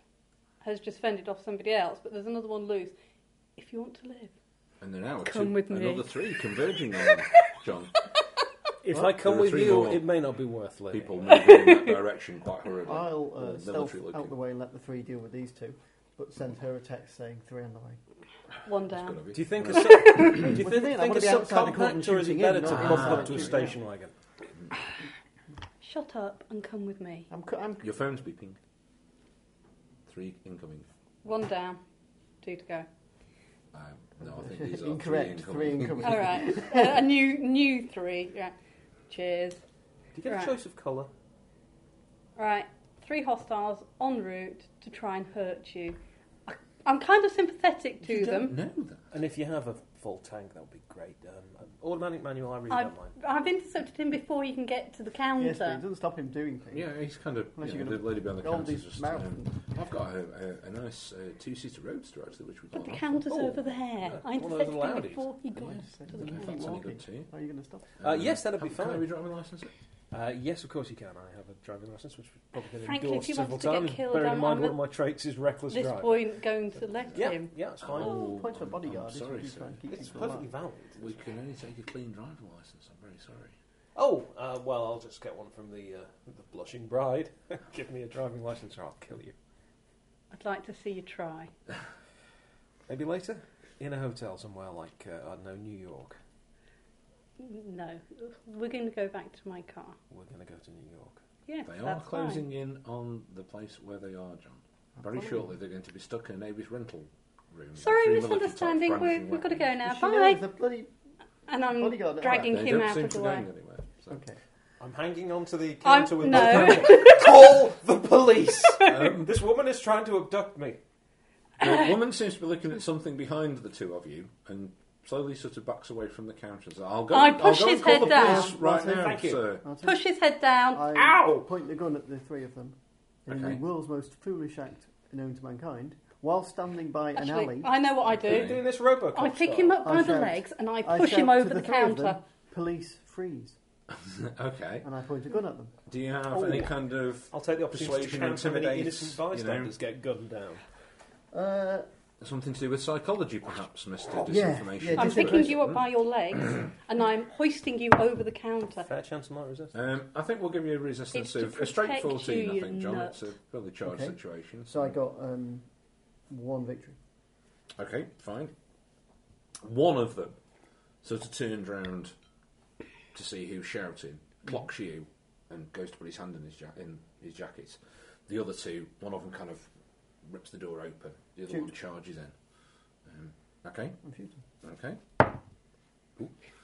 has just fended off somebody else, but there's another one loose. If you want to live.
And then now
Come
two,
with me.
another three converging on him, John.
If
Well,
I
there
come
are
with
three
you,
more
it may not be worth living.
People moving in that direction quite hurriedly.
I'll
Or
uh, stealth
military-looking.
out the way and let the three deal with these two, but send her a text saying three on the way.
One
That's good
down.
of you.
Do you think a
Right.
sub- do you
Well,
think,
the thing,
think
I wanna
a
be outside the court
subcompact
and
or is it
shooting
better
in,
to
not
pop
outside
up to a
shooting
station wagon?
Shut up and come with me.
I'm, cu- I'm
Your phone's beeping. Three incoming.
One down. Two to go.
Um, no, I think these are
incorrect.
three incoming.
incoming.
All right. a, a new new three. Yeah. Cheers.
Do you get
Right.
a choice of colour?
Right. Three hostiles en route to try and hurt you. I, I'm kind of sympathetic to
You
them.
don't know that.
And if you have a full tank, that would be great. Um, automatic manual, I really
I've,
don't mind.
I've intercepted him before he can get to the
yes, but
counter.
it doesn't stop him doing things.
Yeah, he's kind of.
Unless
you
you're
know,
gonna
the lady behind the
roll
counter
these
just.
mouth-
Um, I've got a, a, a nice uh, two-seater roadster actually, which we
but the
quite like.
counter's
Oh,
over there.
yeah,
I
one of those
intercepted
lounges.
him before he got
Yes,
to the
yeah.
If
counter.
that's any good
walking.
to you. Um,
Are you going to stop?
Uh, yes, that'd be
can- Can I
fine.
have your driving license?
Uh, yes, of course you can. I have a driving licence, which we've probably been
Frankly, if
endorsed
he
several
wants to get
times.
killed,
bearing
I'm-
in mind
I'm
one
at
of my traits is reckless
this
drive.
point, going to let
yeah,
him.
yeah, it's fine.
Oh,
Point for
I'm-
bodyguard.
I'm
is
sorry,
what you
sir.
try and keep
It's
people alive.
perfectly valid.
We can only take a clean driving license. I'm very sorry.
Oh, uh, well, I'll just get one from the uh, the blushing bride. Give me a driving licence or I'll kill you.
I'd like to see you try.
Maybe later? In a hotel somewhere like, uh, I don't know, New York.
No, we're going to go back to my car.
We're going to go to New York.
Yeah,
They are
that's
closing
fine.
in on the place where they are, John.
I'm
Very
following.
shortly, they're going to be stuck in a neighbour's rental room.
Sorry,
Three military types
misunderstanding.
branching
We're, we've got to
wetlands.
go now.
Does she know
Bye.
the bloody-
And I'm
Bodyguard,
dragging
They
him
don't
out
seem
of
to
the
be
way.
going anywhere. So.
Okay.
I'm hanging on to the
I'm-
counter with
no.
my hand. Call the police!
Um,
this woman is trying to abduct me.
The woman seems to be looking at something behind the two of you and slowly sort of backs away from the counter. So I'll go.
I
I'll
push
go
his
and call
head
the
down.
police right
Martin,
now,
thank you.
sir.
I'll take-
Push his head down.
I
Ow!
point the gun at the three of them in
Okay.
the world's most foolish act known to mankind, while standing by an
Actually,
alley.
I know what I
Are you
do.
doing this Robocop
I pick
style?
him up
I
by the
shout-
legs and I
I
push him
shout
over
to
the
three of them,
counter.
Police freeze,
Okay.
and I point a gun at them.
Do you have
Oh.
any kind of
I'll take the opportunity to
Persuasion,
count how many
intimidate,
innocent
you know.
bystanders get gunned down.
Uh,
something to do with psychology, perhaps, Mister
Oh, yeah,
Disinformation?
yeah,
I'm
Disinformation.
picking you up by your legs and I'm hoisting you over the counter.
Fair chance I might resist.
Um, I think we'll give you a resistance
It's to
of a straight
protect
14,
you,
I
you
think, John.
nut.
It's a fairly charged
Okay.
situation.
so I got um, one victory.
Okay, fine. One of them sort of turned round to see who's shouting, clocks you, and goes to put his hand in his, ja- in his jacket. The other two, one of them kind of rips the door open, the other
Shoot.
one charges in. Um, okay,
I'm shooting.
okay.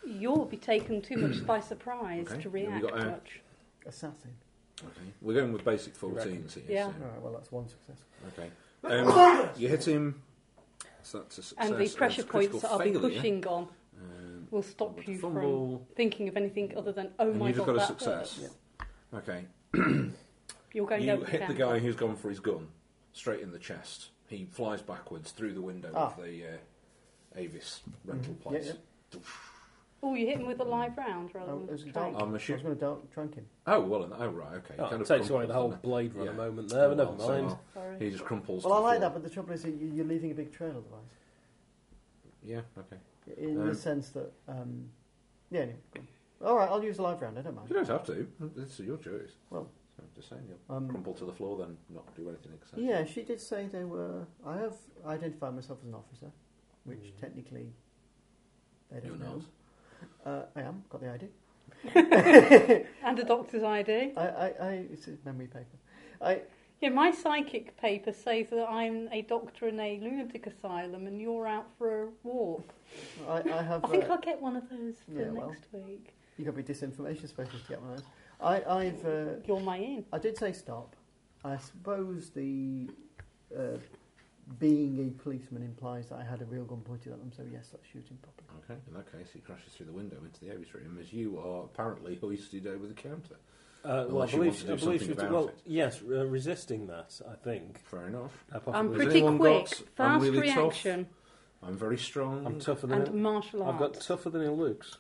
You'll be taken too much by surprise
Hmm. Okay,
to
then we
react
got, uh,
much.
Assassin.
Okay, we're going with basic
reckon?
14s here.
Yeah.
so-
All right, well, that's one success.
Okay. Um, you hit him. So that's a success.
And the
so
pressure
that's
points that
critical
I'll be
failure.
pushing on
Um,
will stop you
fumble.
from thinking of anything other than, oh
and
my
you've
god,
got a
that
success.
hurts.
Okay.
You're going
you
over
hit the
counter.
guy who's gone for his gun straight in the chest. He flies backwards through the window
Ah.
of the uh, Avis rental
Mhm. Yeah,
place.
Oh, you hit him with a live round rather
Oh,
than
it was
just
dark.
straight.
I'm
I was
assuming.
going to dunk, drunk him.
Oh well, and- oh right, okay.
Oh,
Kind
it
of
takes away the whole
crumples,
blade runner
Yeah.
moment
doesn't
there,
it?
but never
Oh, well,
mind.
so well.
Sorry.
He just crumples.
Well, I
to the
like that,
floor.
but the trouble is that you- you're leaving a big trail otherwise.
Yeah, okay.
In
Um,
the sense that, um, yeah, anyway, go on. all right, I'll use the live round. I don't
You
mind.
don't have to. It's your choice.
Well.
so I'm just saying you'll
Um,
crumple to the floor, then not do anything exciting.
yeah, she did say they were. I have identified myself as an officer, which
Mm.
technically they
You're
don't know.
not.
Uh, I am got the ID.
And a doctor's ID.
I, I, I it's a memory paper. I
Yeah, my psychic paper says that I'm a doctor in a lunatic asylum and you're out for a walk.
I, I have.
I think
uh,
I'll get one of those for
yeah, well.
next week.
You got to be disinformation specialist to get one of those. I, I've. Uh,
You're my in.
I did say stop. I suppose the uh, being a policeman implies that I had a real gun pointed at them. So yes, let's shoot him properly.
Okay. In that case, he crashes through the window into the Avis room as you are apparently hoisted over the counter.
Uh, well, I
Unless you
believe,
want to do
I believe
something
she was-
about
well,
it.
yes, uh, resisting that, I think.
Fair enough.
Uh,
I'm
possibly-
Has
pretty
anyone
quick,
got-
fast
I'm really tough.
reaction,
I'm very strong.
I'm tougher than
and martial arts.
I've got tougher than he looks.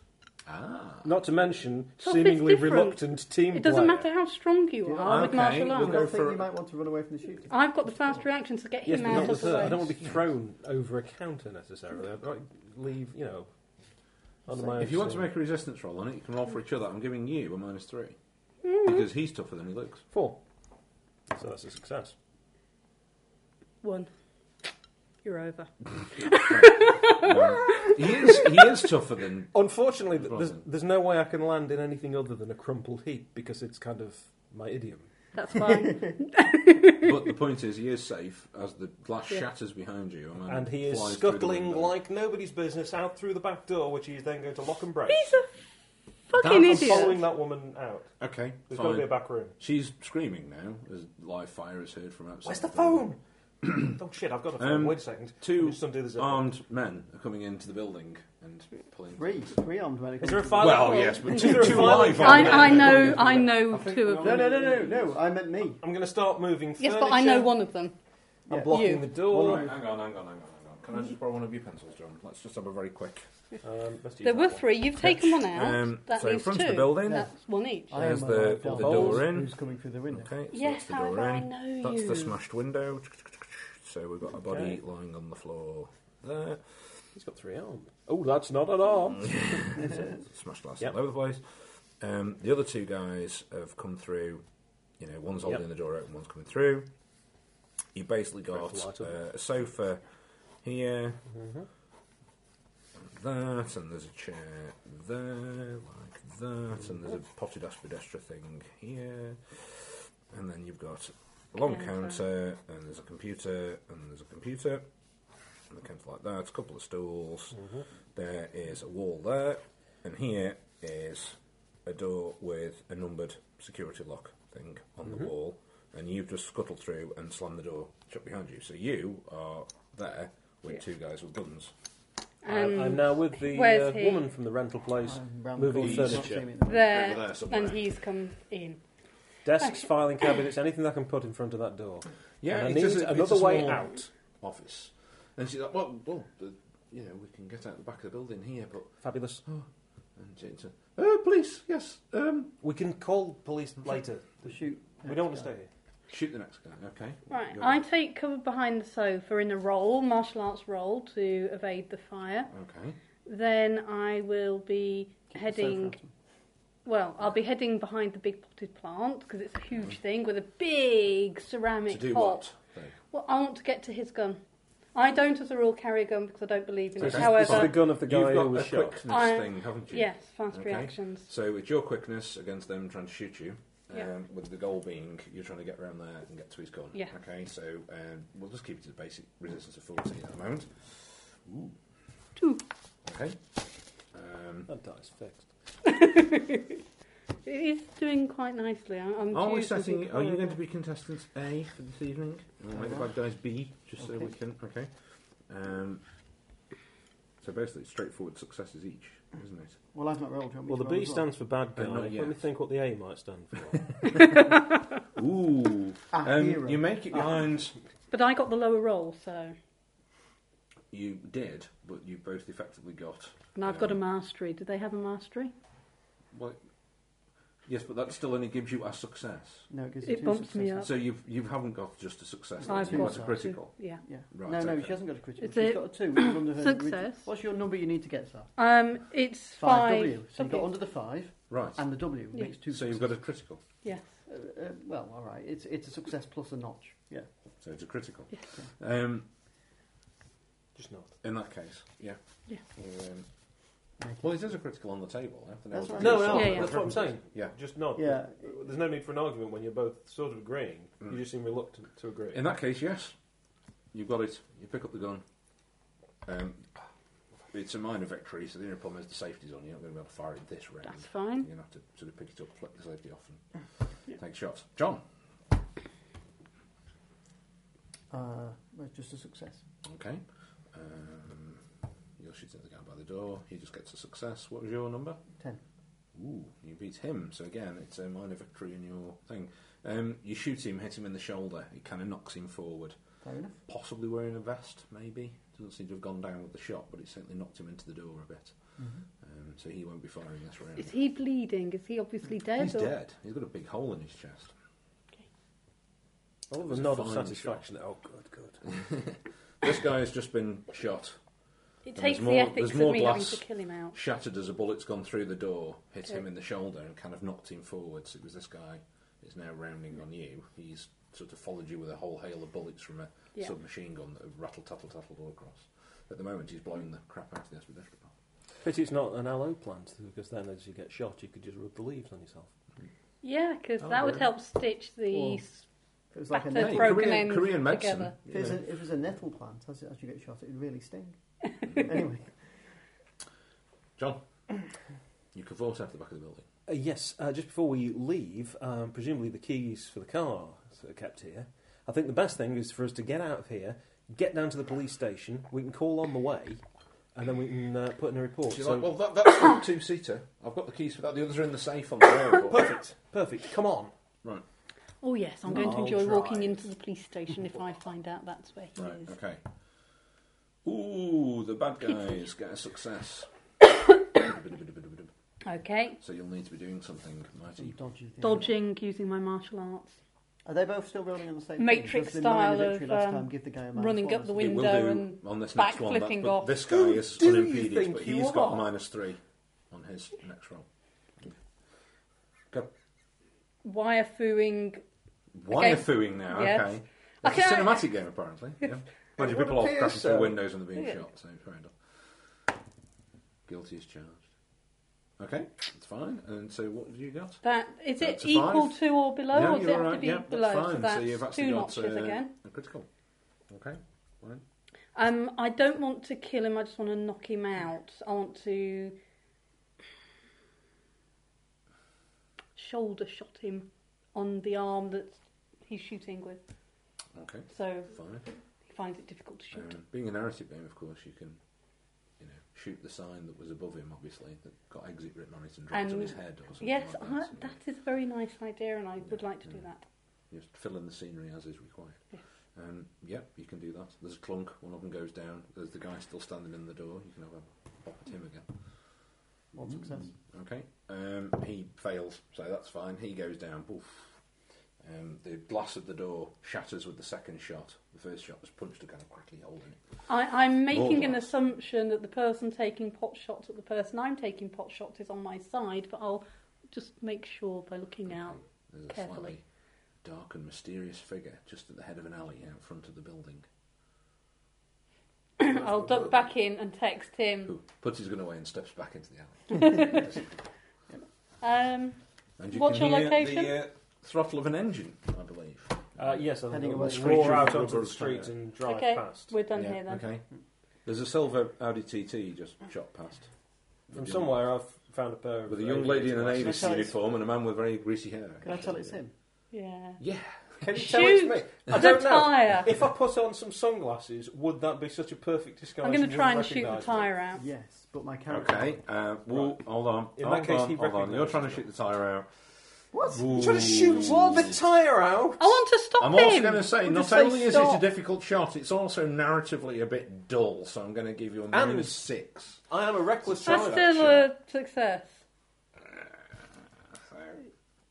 ah.
Not to mention
Tough is
seemingly
different.
reluctant team
it doesn't
player.
matter how strong you
Yeah,
are with
okay,
martial
we'll
I
arts.
go
don't think
for-
you might want to run away from the shooting.
I've got the fast reaction, so get
Yes,
him
but not
out of
with
the
her. I
way.
don't want to be thrown over a counter necessarily. I'd like leave, you know, under my own
If you want to
steam.
make a resistance roll on it, you can roll for each other. I'm giving you a minus three. Because he's tougher than he looks.
four, so that's a success.
One. You're over.
Um, he, is, he is tougher than.
Unfortunately, th-
Right
there's,
then.
there's no way I can land in anything other than a crumpled heap because it's kind of my idiom.
That's fine.
But the point is, he is safe as the glass
Yeah.
shatters behind you. man
And he is
flies through the
scuttling
window.
like nobody's business out through the back door, which he is then going to lock and break.
Fucking
That's
I'm
idiot.
following that woman out.
Okay,
There's got to
fine.
be a back room.
She's screaming now as live fire is heard from outside.
Where's the
building.
phone? oh shit! I've got the phone.
Um,
Wait a second.
two
Just undo this.
Armed men are coming into the building and pulling.
Three,
things.
three armed men. are
Is there a
coming.
fire?
Well, yes, but
Is
two,
there a
two
violent-
live.
I,
armed
I
men.
know, I know
I think
two of
we're
them.
No, no, no, no, no. I meant me.
I'm going to start moving.
Yes, but I know
furniture.
one of them.
I'm
Yeah.
blocking
You.
the
All
door. Um,
right, hang on, hang on, hang on, hang on. Can I just borrow one of your pencils, John? Let's just have a very quick.
Um, let's use
There
that
were
one.
three. You've taken one out.
Um,
that
so in
leaves
front
two.
of the building.
That's one each.
I am
There's
a
the-
live
the
dog.
door in.
Who's coming through the window?
Okay, so
yes,
that's the door
however, I
in.
know
That's
you.
the smashed window. So we've got a body
Okay.
lying on the floor there.
He's got three arms. Oh, that's not an arm.
smashed glass
Yep.
all over the place. Um, the other two guys have come through. You know, one's holding
Yep.
the door open, one's coming through. You basically
Break the
got
light
uh,
up.
a sofa here, that, and there's a chair there, like that, and there's a potted aspidestra thing here, and then you've got a long
Counter.
counter, and there's a computer, and there's a computer, and the counter like that, a couple of stools, there is a wall there, and here is a door with a numbered security lock thing on the wall, and you've just scuttled through and slammed the door shut behind you. So you are there with
Yeah.
two guys with guns.
I'm, I'm now with the
Um, where's
uh,
he?
woman from the rental place,
I'm round the
moving
corner, not
furniture,
seeing it.
there,
Over there somewhere.
and he's come in.
desks, filing cabinets, anything that I can put in front of that door.
Yeah,
and I
it
need
is a- it's
another
a
way
small
out.
Office. And she's like, well, well, the, you know, we can get out the back of the building here, but.
Fabulous.
And Jane's like, oh, police, yes. Um,
We can call police later.
To shoot.
We don't want to stay here.
shoot the next guy, okay.
Right,
You're-
I take cover behind the sofa in a roll, martial arts roll, to evade the fire.
Okay.
Then I will be
Keep the sofa
heading.
out.
Well, I'll be heading behind the big potted plant because it's a huge thing with a big ceramic
Mm. To do
pot.
what? though?
Well, I want to get to his gun. I don't, as a rule, carry a gun because I don't believe in
So
it.
it's-
It's the
However,
gun of the guy
You've got
who was
a
shot.
quickness
I-
thing, haven't you?
yes, fast
Okay.
reactions.
So it's your quickness against them trying to shoot you. Um,
Yeah.
With the goal being you're trying to get around there and get to his gun.
Yeah.
Okay, so um, we'll just keep it to the basic resistance of 14 at the moment.
Two.
Okay. Um,
That die's fixed.
It is doing quite nicely. I- I'm
are we
due for
setting?
big
Are you going
order.
to be contestants A for this evening? Or maybe
Uh-huh.
bad guys B, just so
Okay.
we can. Okay. Um, so basically, it's straightforward successes each, isn't it?
Well, I've not rolled. do you want me
Well, the
to roll
B
as well?
stands for bad guy.
Uh, not
Let me
yet.
think what the A might stand for.
Ooh,
A
Um,
hero. Ah.
you make it behind.
But I got the lower roll, so.
You did, but you both effectively got.
And I've got a
um,
mastery. Do they have a mastery?
Well, yes, but that still only gives you a success.
no, it gives you
It
two
bumps me
successes.
up.
So you've you haven't got just a success. then,
I've
you've
got
got a critical.
Yeah.
Yeah.
Right,
no, no,
okay.
she hasn't got a critical.
It's
She's
a
got a two. which is under her
success.
original- What's your number you need to get, sir?
Um, it's
Five,
five.
W. So you've got
Okay.
under the five
Right.
and the W
Yeah.
makes two.
so you've got a critical.
Yes.
Uh, uh, well, all right. It's it's a success plus a notch. Yeah.
So it's a critical. Um,
Just not.
in that case, yeah.
Yeah.
Um,
Uh,
well, it is a critical on the table. I have to know
That's
what
right.
it
No,
is.
no,
Yeah, yeah.
that's what I'm saying.
Yeah.
Just not.
Yeah.
There's no need for an argument when you're both sort of agreeing.
Mm.
You just seem reluctant to agree.
In that case, yes, you've got it. You pick up the gun. Um, it's a minor victory, so the only problem is the safety's on. You're not going to be able to fire it this round.
That's fine.
You're going to have to sort of pick it up, flick the safety off, and take shots. John.
Uh, well, it's just a success.
Okay. Um, you're shooting at the guy by the door. He just gets a success. What was your number?
Ten.
Ooh, you beat him. So again, it's a minor victory in your thing. Um, you shoot him, hit him in the shoulder. It kind of knocks him forward.
Fair enough.
Possibly wearing a vest, maybe. Doesn't seem to have gone down with the shot, but it certainly knocked him into the door a bit. Um, so he won't be firing this round.
Is he bleeding? Is he obviously dead?
He's
or-
dead. He's got a big hole in his chest.
All of a
It's a
nod of
fine
satisfaction. Oh, good, good.
This guy has just been shot.
It
There's
takes
more-
the
there's
ethics of
more
me
glass.
having to kill him out.
Shattered as a bullet's gone through the door, hit him
Okay.
in the shoulder and kind of knocked him forwards. It was this guy is now rounding on you. He's sort of followed you with a whole hail of bullets from a
Yeah.
submachine gun that have rattle tattle tattled all across. At the moment, he's blowing the crap out of the expedition. pod.
Pity it's not an aloe plant because then, as you get shot, you could just rub the leaves on yourself.
Yeah, because
Oh,
that would
really?
help stitch the.
Or-
s-
If it was like a
Batter
nettle,
broken
Korean,
ends
Korean medicine.
together.
if
you
it was a,
know.
if it was a nettle plant, as, as you get shot, it'd really sting. anyway,
John, you cavort out of the back of the building.
Uh, yes, uh, just before we leave, um, presumably the keys for the car are kept here. I think the best thing is for us to get out of here, get down to the police station. We can call on the way, and then we can uh, put in a report.
She's
So-
like, well, that, that's the two seater. I've got the keys for that. The others are in the safe on the airport.
perfect, perfect. Come on.
right,
Oh, yes, I'm going to
I'll
enjoy walking
drive.
into the police station if I find out that's where he
right,
is.
okay. Ooh, the bad guys get a success.
Okay.
So you'll need to be doing something mighty.
some dodgy thing.
Dodging using my martial arts.
Are they both still rolling on the same?
Matrix
thing? Because the minor
style of,
victory last
um,
time, give the guy a minus
running
one
up
or
the
something.
It will
window
do
and
on this
back
next one. That,
flipping
but
off.
this guy
Who
is
do you
unimpeded,
think
but
you
he's got
are?
minus three on his next roll. Go.
Wire fooing.
Wire fooing now,
Yes.
okay. That's
Okay,
a
I-
cinematic game, apparently. Yeah. Bunch of
would
people off
appear
crashing through
so.
windows and being
Yeah.
shot, so fair enough. Guilty as charged. Okay, that's fine. And so what have you got?
That is it
That's a
equal
five.
to or below, or does it
you're
have
all
to
right.
be
yeah,
below?
That's fine.
So that's
so you've actually
two
got
notches
uh,
again.
a critical. Okay, fine.
Um, I don't want to kill him. I just want to knock him out. I want to shoulder shot him on the arm that he's shooting with,
Okay,
so
fine.
he finds it difficult to shoot.
Um, being a narrative game, of course, you can, you know, shoot the sign that was above him, obviously, that got exit written on it and dropped on
And-
his head or something.
yes,
like
I,
that, so
that is a very nice idea, and I would like to do
yeah.
that.
you Just fill in the scenery as is required.
Yeah.
Um, yeah, you can do that. There's a clunk. One of them goes down. There's the guy still standing in the door. You can have a pop at him again.
One success.
Okay. Um, he fails, so that's fine. He goes down. Boof. Um, the glass of the door shatters with the second shot. The first shot was punched a kind of crackly hole in it.
I, I'm making an
glass.
assumption that the person taking pot shots at the person I'm taking pot shots is on my side, but I'll just make sure by looking out.
There's a
Carefully.
slightly dark and mysterious figure just at the head of an alley out front of the building.
I'll duck back in and text him.
Who puts his gun away and steps back into the alley.
Um,
and you
What's
can
your
hear
location?
the uh, throttle of an engine, I believe.
Uh, yes, I think
Heading
we'll
away.
roar out onto
Rubber
the street
tire.
and drive
okay,
past.
we're done
Yeah,
here then.
Okay. There's a silver Audi TT just shot past.
From somewhere, I've found a pair of
With a young lady in an
aviator
Avis
Can I tell it's-
uniform and a man with very greasy hair.
Can I tell it's him?
Yeah.
Yeah.
glasses. Can you tell it's
Shoot!
me? I
The
don't know.
tire.
If I put on some sunglasses, would that be such a perfect disguise?
I'm going
you
to try and
wouldn't
shoot the
recognise
tire
me?
out.
Yes, but my character.
Okay. Uh, well,
Right.
hold on.
In
hold
that case,
on,
he
hold on. You're
recognises
trying to
them.
shoot the tyre out.
What?
You're trying to shoot all the tyre out.
I want to stop
I'm
him.
also going to say,
I'm
not
just saying
only is it a
stop.
difficult shot, it's also narratively a bit dull. So I'm going to give you a minus
And-
six.
I am a reckless
That's
driver.
still a success.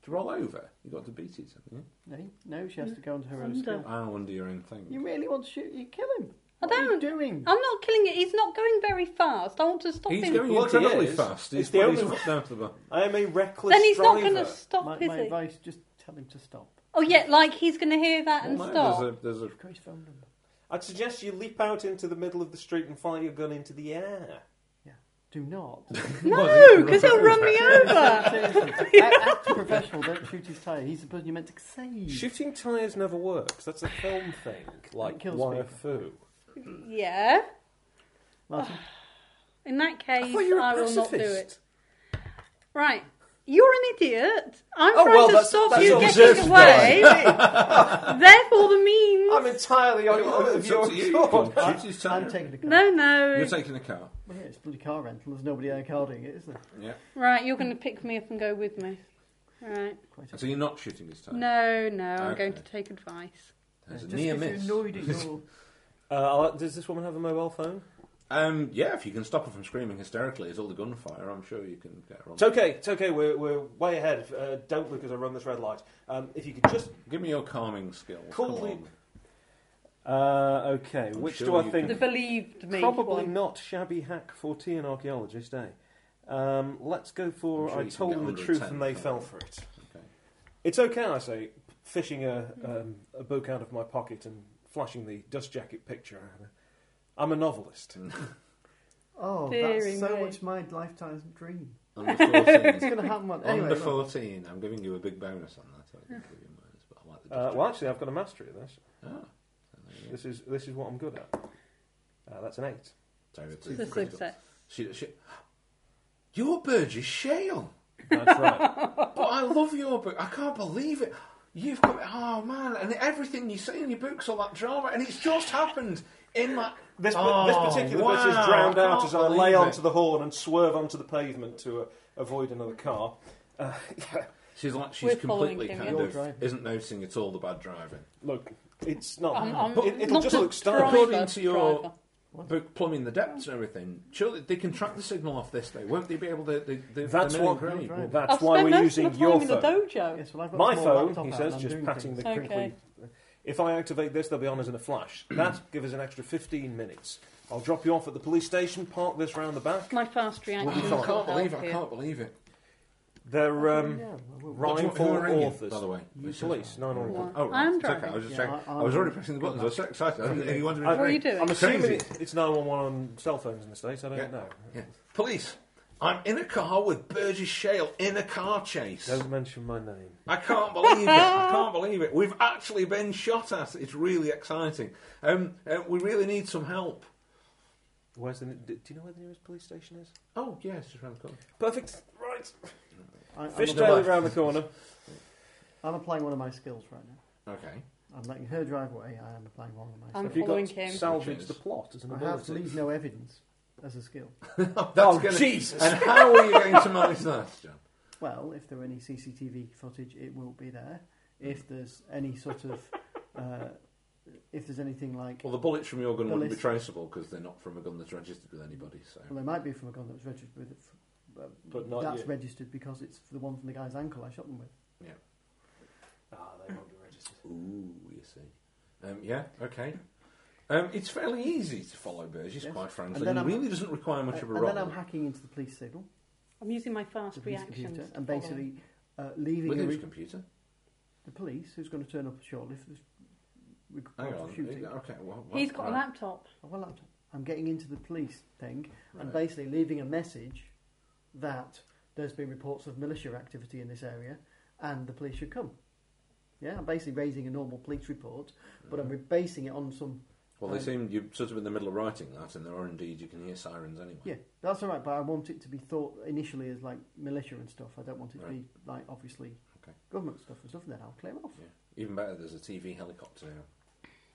To roll over, Uh, you got to beat it. haven't you?
No, no, she has to go on to her own
Under.
skill.
I wonder your own thing.
You really want to shoot? You kill him.
I
What are you
don't.
doing?
I'm not killing it. He's not going very fast. I want to stop
He's
him.
going
Bloody
incredibly
is.
fast. He's
It's the
put his
only-
foot down to the bar.
I am a reckless
then he's
driver.
not going to stop,
my
is
my
he?
advice: just tell him to stop.
Oh yeah, like he's going to hear that and
Well,
stop.
There's a, there's a,
I've got his phone number.
I'd suggest you leap out into the middle of the street and fire your gun into the air.
Do not.
uh,
No, because he'll run me over.
Seriously, act, act professional. Don't shoot his tire. He's the person you meant to
Hmm.
save.
Shooting tyres never works. That's a film thing, like
kills
YFU.
yeah.
Martin,
In that case,
thought you were a
I will not do
pacifist.
it. Right. You're an idiot. I'm
Oh,
trying
well,
to
that's-
stop
that's
you
all
deserves
getting
to
away. Therefore, the means.
I'm entirely on
Well,
your,
Oh, it's up
your
to you. You
thought.
can shoot his
I'm
tire.
taking a car.
no, no.
You're taking a car.
Well, yeah, it's bloody car rental. There's nobody there car doing it, is there?
Yeah.
Right, you're going to pick me up and go with me. Right.
Quite.
So you're not shooting his tire.
No, no. I'm
Okay.
going to take advice.
There's a
just
near
'cause
miss.
You're annoyed at your
Uh, I'll- does this woman have a mobile phone?
Um, yeah, if you can stop her from screaming hysterically as all the gunfire, I'm sure you can get her on.
It's okay, it's okay, we're, we're way ahead. Uh, don't look as I run this red light. Um, if you could just.
Give me your calming skill.
Cool.
Come on.
Uh, okay,
I'm
which
sure
do I
you
think?
The believed me.
Probably
one.
not shabby hack fourteen archaeologist, eh? Um, let's go for
I'm sure
I
you can
told
get
them the
under a
truth
tent,
and they
can't
fell
you?
for it.
Okay.
It's okay, I say, fishing a, um, a book out of my pocket and flashing the dust jacket picture. at her. I'm a novelist.
Oh,
Deary
that's so
me.
much my lifetime's dream.
Under 14.
It's going to happen. one-
Under
Anyway, well,
14. I'm giving you a big bonus on that. so I can give you minus, but I like the
Uh,
distraction.
well, actually, I've got a mastery of this.
Ah, so there you go.
This is this is what I'm good at. Uh, that's an eight.
So it's
The
critical.
success.
She, she, your bird is shale.
That's right.
But I love your book. I can't believe it. You've got oh man, and everything you say in your books, all that drama, and it's just happened in like
This,
Oh,
this particular
wow,
bit is drowned out
can't
as I lay
believe
onto
it.
the horn and swerve onto the pavement to uh, avoid another car. Uh, yeah.
She's like she's
We're following
completely
him,
kind
yeah.
of
You're driving.
isn't noticing at all the bad driving.
Look, it's not.
I'm, I'm
it, it'll
not
just
a
look style.
driver,
According to your-
driver.
But plumbing the depths and everything, surely they can track the signal off this though. Won't they be able to? They, they,
That's
they're
what.
green.
Right.
That's
I've
why
spent
we're
most
using
of the time
your
in
phone.
the dojo.
yes, well, I've got
My
a small
phone,
laptop
he
out
says,
and I'm
just
doing
patting the
things.
Okay.
crinkly. If I activate this, they'll be on us in a flash. that give us an extra 15 minutes. I'll drop you off at the police station. Park this round the back.
My fast
Well,
reaction.
I
will
can't believe it.
help
I
here.
can't believe it.
They're um,
Yeah, well, we'll-
What do you- who
rhyme-full
are ringing,
authors.
by the way.
You police, nine or
Why?
one.
Oh, right.
I'm
It's okay,
driving.
I was just
Yeah,
checking.
I-
I,
I
was already
will-
pressing the buttons. I was so excited. I didn't, you wanted me
What
to
are you
ring.
doing?
I'm assuming
Crazy.
it- it's 911 on cell phones in the States. I don't
Yeah.
know.
Yeah. Police, I'm in a car with Burgess Shale in a car chase.
Don't mention my name.
I can't believe it. I can't believe it. We've actually been shot at. It's really exciting. Um, uh, we really need some help.
Where's the? Do you know where the nearest police station is?
Oh, yes, just round the corner.
Perfect. Right.
I- I'm
Fish
applying-
tail around the corner.
I'm applying one of my skills right now.
Okay.
I'm letting her drive away. I am applying one of my
I'm
Have
skills.
you
following
got
him.
salvage the plot as an
I have to
ability?
leave no evidence as a skill.
Oh,
gonna-
Jesus.
And how are you going to manage that, John?
Well, if there are any CCTV footage, it won't be there. If there's any sort of, uh, if there's anything like,
Well, the bullets from your gun wouldn't be
Bullets.
traceable because they're not from a gun that's registered with anybody. So
well, there might be from a gun that was registered with it. f- uh,
But not
that's
you.
registered because it's the one from the guy's ankle I shot them with.
Ah, they won't be registered.
Ooh, you see. Um, yeah, okay. Um, it's fairly easy to follow Burgess,
Yes.
quite
And
frankly.
then
It
I'm-
really doesn't require much of a
and
role.
then I'm hacking into the police signal,
I'm using my fast
the police
reactions.
computer, and
to follow.
basically uh, leaving
With
a
his
re-
computer.
the police, who's going to turn up shortly if there's we
Hang
for
on.
shooting.
Okay, well, well,
He's got a
right.
laptop.
Oh, Well, I'm, I'm getting into the police thing and
Right.
basically leaving a message that there's been reports of militia activity in this area and the police should come. Yeah, I'm basically raising a normal police report, but I'm basing it on some.
Well, they
Um,
seem you're sort of in the middle of writing that, and there are indeed you can hear sirens anyway.
Yeah, that's all right, but I want it to be thought initially as like militia and stuff. I don't want it to be like obviously
Okay.
government stuff and stuff. Then I'll clear off.
Yeah. Even better, there's a TV helicopter now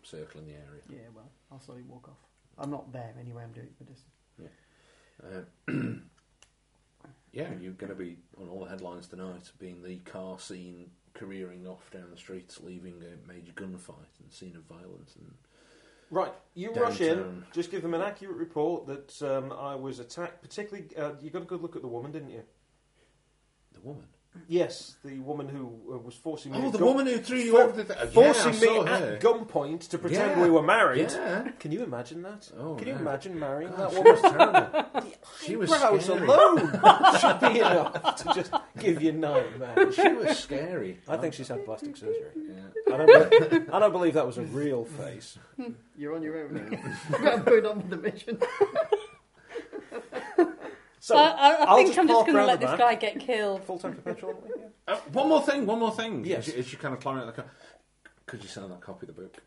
circling the area.
Yeah, well, I'll slowly walk off. I'm not there anyway. I'm doing it for this.
Uh, Yeah, you're going to be on all the headlines tonight, being the car scene careering off down the streets, leaving a major gunfight and scene of violence. And
Right, you rush in.
Downtown.
Just give them an accurate report that um, I was attacked. Particularly, uh, you got a good look at the woman, didn't you?
the woman.
Yes, the woman who uh, was forcing me.
Oh,
at
the
gun-
woman who threw you
for-
over the. th-
forcing
yeah, I
me
saw
at
her.
gunpoint to pretend
Yeah.
we were married.
Yeah.
Can you imagine that?
Oh,
Can you
no.
imagine marrying
God,
that
she
woman?
was terrible. She was
Brows
scary.
alone should be enough to just give you nightmares.
She was scary.
I think she's had plastic surgery.
Yeah.
I don't, be- I don't believe that was a real face.
You're on your own now. I'm going on with the mission.
So,
I, I,
I'll
I think
just
I'm just
park
going to
round
let
the back.
this guy get killed.
full tank of petrol, aren't we? Yeah.
Uh, one more thing. One more thing.
Yes.
As you, as you kind of climb out of the car, could you sell that copy of the book?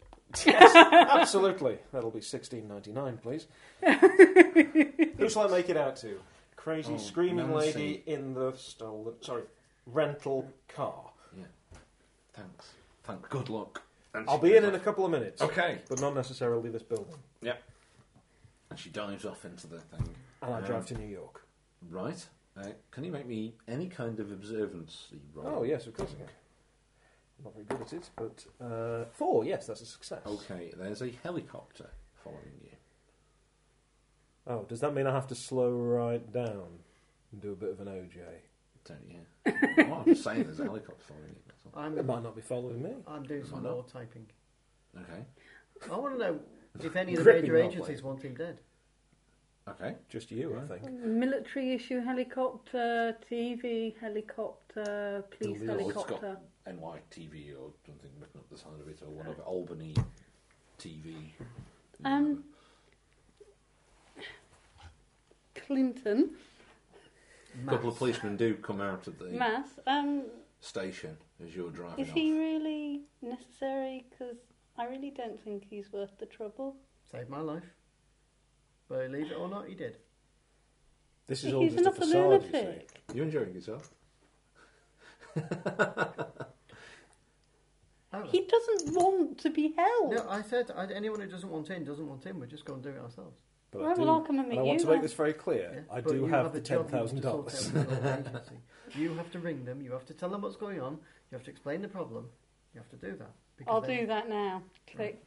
Absolutely. That'll be sixteen ninety nine, please. Who shall I make it out to? Crazy
Oh,
screaming
Nancy.
lady in the stolen sorry, rental car.
Yeah. Thanks. Thank. Good luck. And
I'll
she
be
goes
in in a
off.
couple of minutes.
Okay.
But not necessarily this building.
And she dives off into the thing.
And I
Um,
drive to New York.
Right. Uh, can you make me any kind of observance roll?
Oh yes, of course I can. I'm not very good at it, but uh, four, yes, that's a success.
Okay. There's a helicopter following you.
Oh, does that mean I have to slow right down and do a bit of an OJ?
Don't you? well, I'm just saying there's a helicopter following you. That's all.
It
I'm,
might not be following me.
I'm doing some
Why not?
more typing.
Okay.
I want to know if any of the
Gripping
major
that
agencies want him dead.
Okay.
Just you, I think.
Military issue helicopter, TV helicopter,
Or
police
it's got
helicopter.
NYTV or something written up the side of it, or one of Albany TV.
Um, Clinton,
A couple of policemen do come out of the
Mass. Um,
station as you're driving
is
off.
he really necessary? Because I really don't think he's worth the trouble.
Saved my life. Believe it or not, he did.
This is all
He's
just a
not a
facade, you see.
lunatic.
You enjoying yourself?
However,
He doesn't want to be held.
no, I said I, anyone who doesn't want in doesn't want in. We're just going to do it ourselves.
But
Well,
I, do,
well, I'll come and meet
I want
you
to make
then.
this very clear.
Yeah,
I
but
do
you
have, the
a job,
ten
you have to
thousand dollars.
sort out with your agency. you have to ring them. You have to tell them what's going on. You have to explain the problem. You have to do that. because
I'll
they-
do that now.
Hmm.
Click.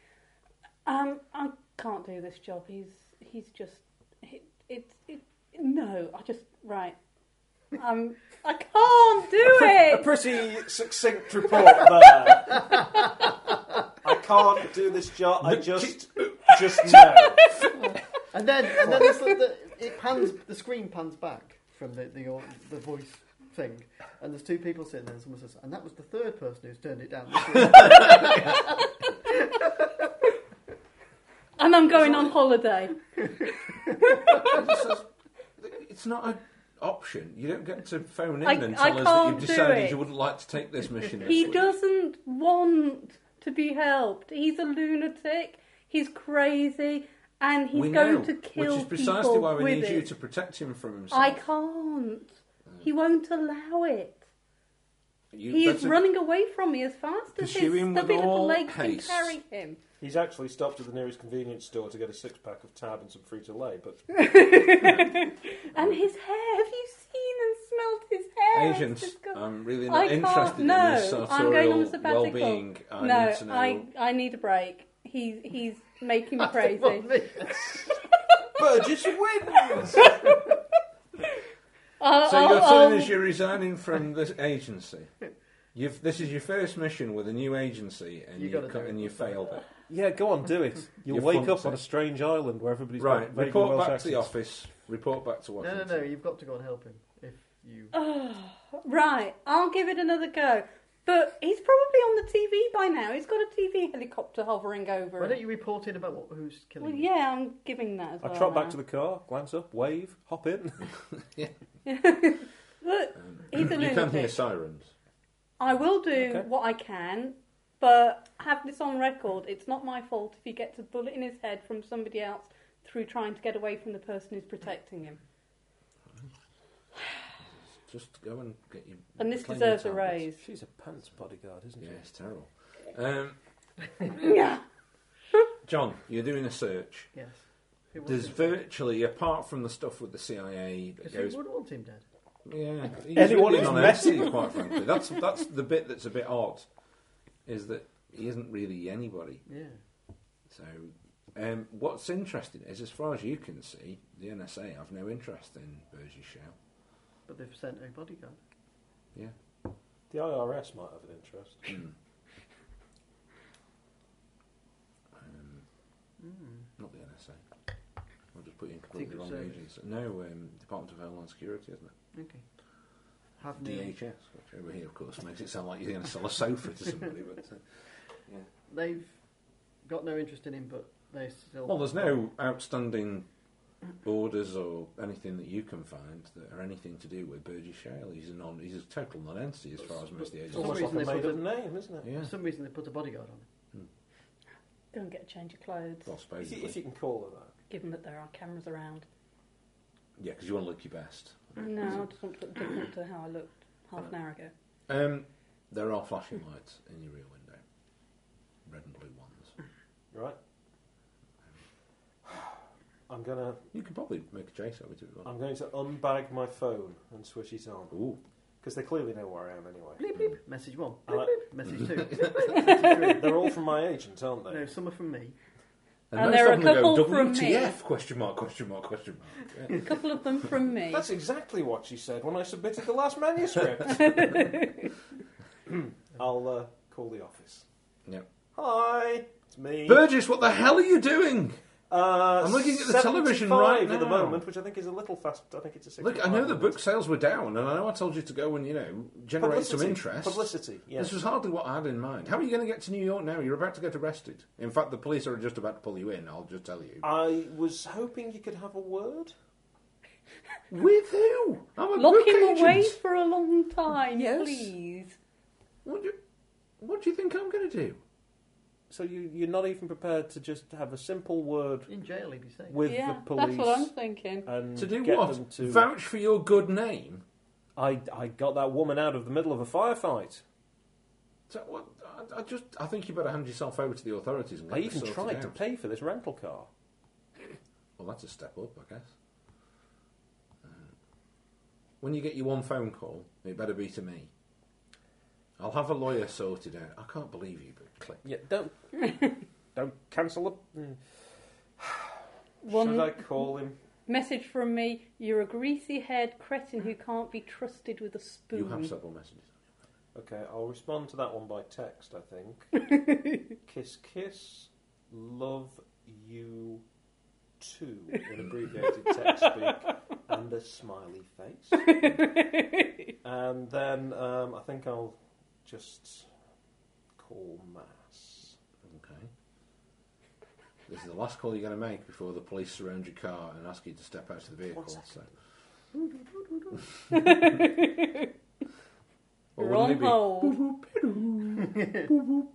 Um, I can't do this job. He's he's just it it, it no. I just right. Um, I can't
A
do it.
pretty succinct report there. I can't do this job. I just, just know.
And then, and then it's like the, it pans. The screen pans back from the the, au- the voice thing, and there's two people sitting there. And someone says, "And that was the third person who's turned it down." This year."
And I'm going on holiday.
It's just- it's not an option. You don't get to phone in
I-
and
I
tell us that
can't
you've
do
decided
it.
you wouldn't like to take this mission.
He
this week.
doesn't want to be helped. He's a lunatic. He's crazy, and he's
we
going
know,
to kill
which is precisely
people
why we
with
need
it.
you to protect him from himself.
I can't. He won't allow it.
You-
He
that's
is
a-
running away from me as fast as his
Pursue him
stubby
with
little
all
legs
haste.
can carry him.
He's actually stopped at the nearest convenience store to get a six pack of tab and some free to lay, but
And his hair. Have you seen and smelt his hair? It's
Agents, um,
disgust-
I'm really
I
not
can't-
interested in this
no, I'm going
sartorial
on sabbatical.
well-being. I
no,
need to know.
I, I need a break. He, he's making me
Well,
crazy.
me-
Burgess wins.
I'll-
So you're
I'll-
telling
I'll-
us you're resigning from this agency. You've, this is your first mission with a new agency, and
You
you,
gotta
co-
do it.
and you failed it.
Yeah, go on, do it. You'll
You're
wake up
flunked,
on a strange island where everybody's got
Right,
regular
report
Welsh
back to the
accents.
office. Report back to
no, no,
Washington.
no. You've got to go and help him if you.
Right, I'll give it another go. But he's probably on the TV by now. He's got a TV helicopter hovering over
Why
him.
don't you report in about what, who's killing
Well,
you?
yeah, I'm giving that as
I
well.
trot back
now.
to the car, glance up, wave, hop in.
Look, he's a
You can hear
lunatic.
sirens.
I will do
Okay.
what I can, but have this on record. It's not my fault if he gets a bullet in his head from somebody else through trying to get away from the person who's protecting him.
Just go and get your.
And this
reclaim
deserves a
your tablets.
raise.
She's a pants bodyguard, isn't
Yeah, it's terrible. Um,
Yeah.
John, you're doing a search.
Yes. Who wants
There's
him dead?
virtually, apart from the stuff with the CIA that
Because
goes
who would want him dead?
Yeah, he's
Anyone
really
who's
not
messy.
empty, quite frankly. That's that's the bit that's a bit odd, is that he isn't really anybody.
Yeah.
So, um, what's interesting is, as far as you can see, the NSA have no interest in Burgess Shell.
But they've sent a bodyguard.
Yeah,
The IRS might have an interest.
um,
Hmm,
not the NSA. I'll just put you in completely
Secret
wrong
Service.
agency. No, um, Department of Homeland Security, isn't it?
Okay. Have no,
DHS, which over here, of course, makes it sound like you're going to sell a sofa to somebody. But uh,
they've got no interest in him, but they still.
well, there's no outstanding orders or anything that you can find that are anything to do with Burgess Shale. He's a non, he's a total non-entity as far as most of the agents.
It's
It's For some
almost
are.
like a
reason they
made-up
put
name, isn't it?
Yeah,
For some reason, they put a bodyguard on him.
Go and get a change of clothes,
well,
If you,
supposedly.
if you can call it that.
given that there are cameras around.
Yeah, because you want to look your best.
No, I just want to look different to how I looked half an hour ago.
Um, there are flashing lights in your rear window, red and blue ones.
Right. I'm gonna
You could probably make a chase out of it if you want.
I'm going to unbag my phone and switch it
Uh,
on.
Ooh,
Because they clearly know where I am anyway.
Bleep bleep. Message one.
I like-
Message two.
They're all from my agent, aren't they?
no, some are from me.
And there
most
are
of
a
them
couple
go,
from me.
WTF? Question mark? Question mark? Question mark? Yeah.
A couple of them from me.
That's exactly what she said when I submitted the last manuscript. I'll uh, call the office.
Yeah.
Hi, it's me.
Burgess, what the hell are you doing?
Uh,
I'm looking at the television right
75 at the
now.
moment, which I think is a little fast. I think it's a 65.
Look, I know the book sales were down, and I know I told you to go and you know generate
Publicity.
some interest.
Publicity, yes.
This was hardly what I had in mind. How are you going to get to New York now? You're about to get arrested. In fact, the police are just about to pull you in. I'll just tell you.
I was hoping you could have a word.
With who? I'm a
Lock
book
him
agent.
away for a long time,
Yes.
please.
What do, you, what do you think I'm going to do?
So you, you're not even prepared to just have a simple word
In jail, he'd be safe.
with
yeah,
the police. Uh,
that's what I'm thinking.
and
To do
Mm, get them
what?
to-
Vouch for your good name?
I, I got that woman out of the middle of a firefight.
So what? I, I just I think you better hand yourself over to the authorities. And
I
get
even
this sorted
tried to
out.
pay for this rental car.
Well, that's a step up, I guess. Uh, When you get your one phone call, it better be to me. I'll have a lawyer sorted out. I can't believe you, but click.
Yeah, don't don't cancel the.
One
Should I call him?
message from me: You're a greasy-haired cretin who can't be trusted with a spoon.
You have several messages.
Okay, I'll respond to that one by text. I think. kiss, kiss, love you too in abbreviated text speak and a smiley face. and then um, I think I'll just call mass.
Okay. This is the last call you're going to make before the police surround your car and ask you to step out of the vehicle.
One second.
So. Or
You're
wouldn't
on
it be-
hold.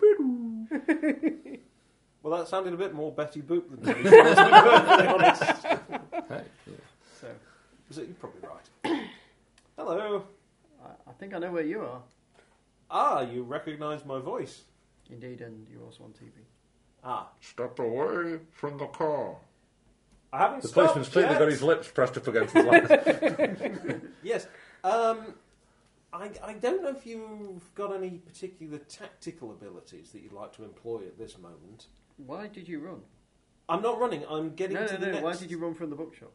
Well, that sounded a bit more Betty Boop than Betty Boop, to be perfectly honest.
Hey, yeah.
So,
So you're probably right. Hello.
I, I think I know where you are.
Ah, you recognise my voice.
Indeed, and you're also on TV.
Ah,
Step away from the car.
I haven't
The
stopped
policeman's clearly
yet.
got his lips pressed up against the glass.
Yes. Um, I, I don't know if you've got any particular tactical abilities that you'd like to employ at this moment.
Why did you run?
I'm not running. I'm getting
No,
to
no,
the
no.
next.
Why did you Hmm. run from the bookshop?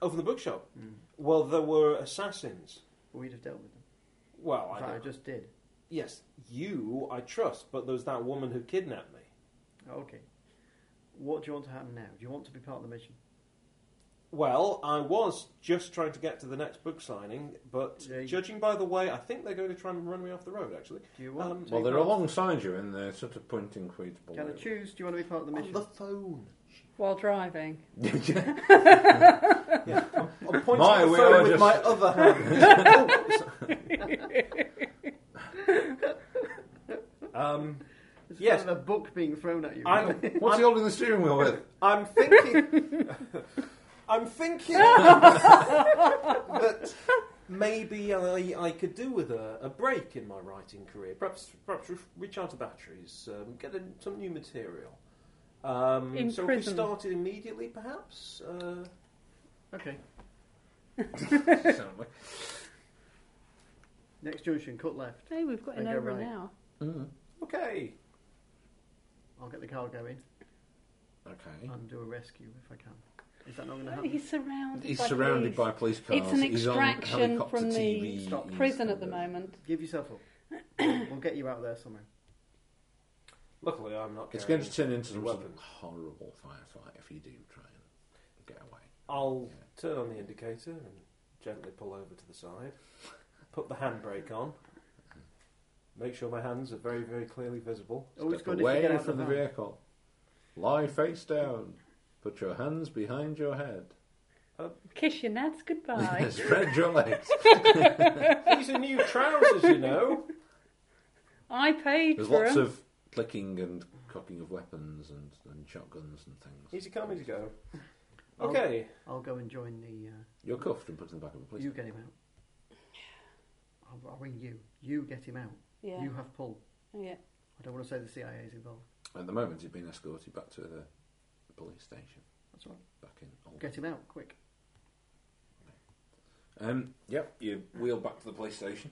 Oh, from the bookshop. Well, there were assassins.
We'd have dealt with them.
Well,
In
I
fact, I
don't-
just did.
yes, you I trust, but there was that woman who kidnapped me.
Okay. What do you want to happen now? Do you want to be part of the mission?
Well, I was just trying to get to the next book signing, but
Yeah, you-
judging by the way, I think they're going to try and run me off the road. Actually,
Do you want to
well,
be
they're
part-
alongside you and they're sort of pointing for you to pull
Can I
over.
choose? Do you want to be part of the
on
mission?
the phone.
While driving,
Yeah, I'm, I'm pointing
My,
at the
we
phone
are
with
just-
my other hand. um,
It's
yes.
kind of a book being thrown at you.
I'm,
What's he holding the steering wheel with?
I'm thinking. I'm thinking that maybe I, I could do with a, a break in my writing career. Perhaps perhaps re- recharge the batteries, um, get in some new material. Um,
In
so if
prison.
we started immediately, perhaps. Uh,
okay.
Soundly.
Next junction, cut left.
Hey, we've got an
They go
over
right.
now.
Mm.
Okay.
I'll get the car going
Okay.
and do a rescue if I can. Is that not going to
Oh,
happen?
He's surrounded.
He's
by
surrounded
police.
by police cars.
It's an
He's on
extraction
helicopter
from the
TV.
Stop.
He's
Prison at
under-
the moment.
Give yourself up. we'll get you out there somewhere.
Luckily, I'm not.
It's
carrying
going to turn into
a
some sort of horrible firefight if you do try and get away.
I'll turn on the indicator and gently pull over to the side. Put the handbrake on. Make sure my hands are very, very clearly visible.
Always
Step
good if you get
away
out
from the
van.
vehicle. Lie face down. Put your hands behind your head.
Kiss your nads goodbye.
Spread your legs.
These are new trousers, you know.
I paid
There's
for
lots
'em.
of clicking and cocking of weapons and, and shotguns and things.
Easy come, easy go. Okay.
I'll go and join the. Uh,
You're cuffed and put in the back of a police.
you get him out. I'll, I'll ring you. You get him out.
Yeah.
You have pull.
yeah.
I don't want to say the CIA is involved.
At the moment, he's been escorted back to the police station
That's all right.
back in. Oldham.
Get him out quick.
Um, yep, you wheel back to the police station,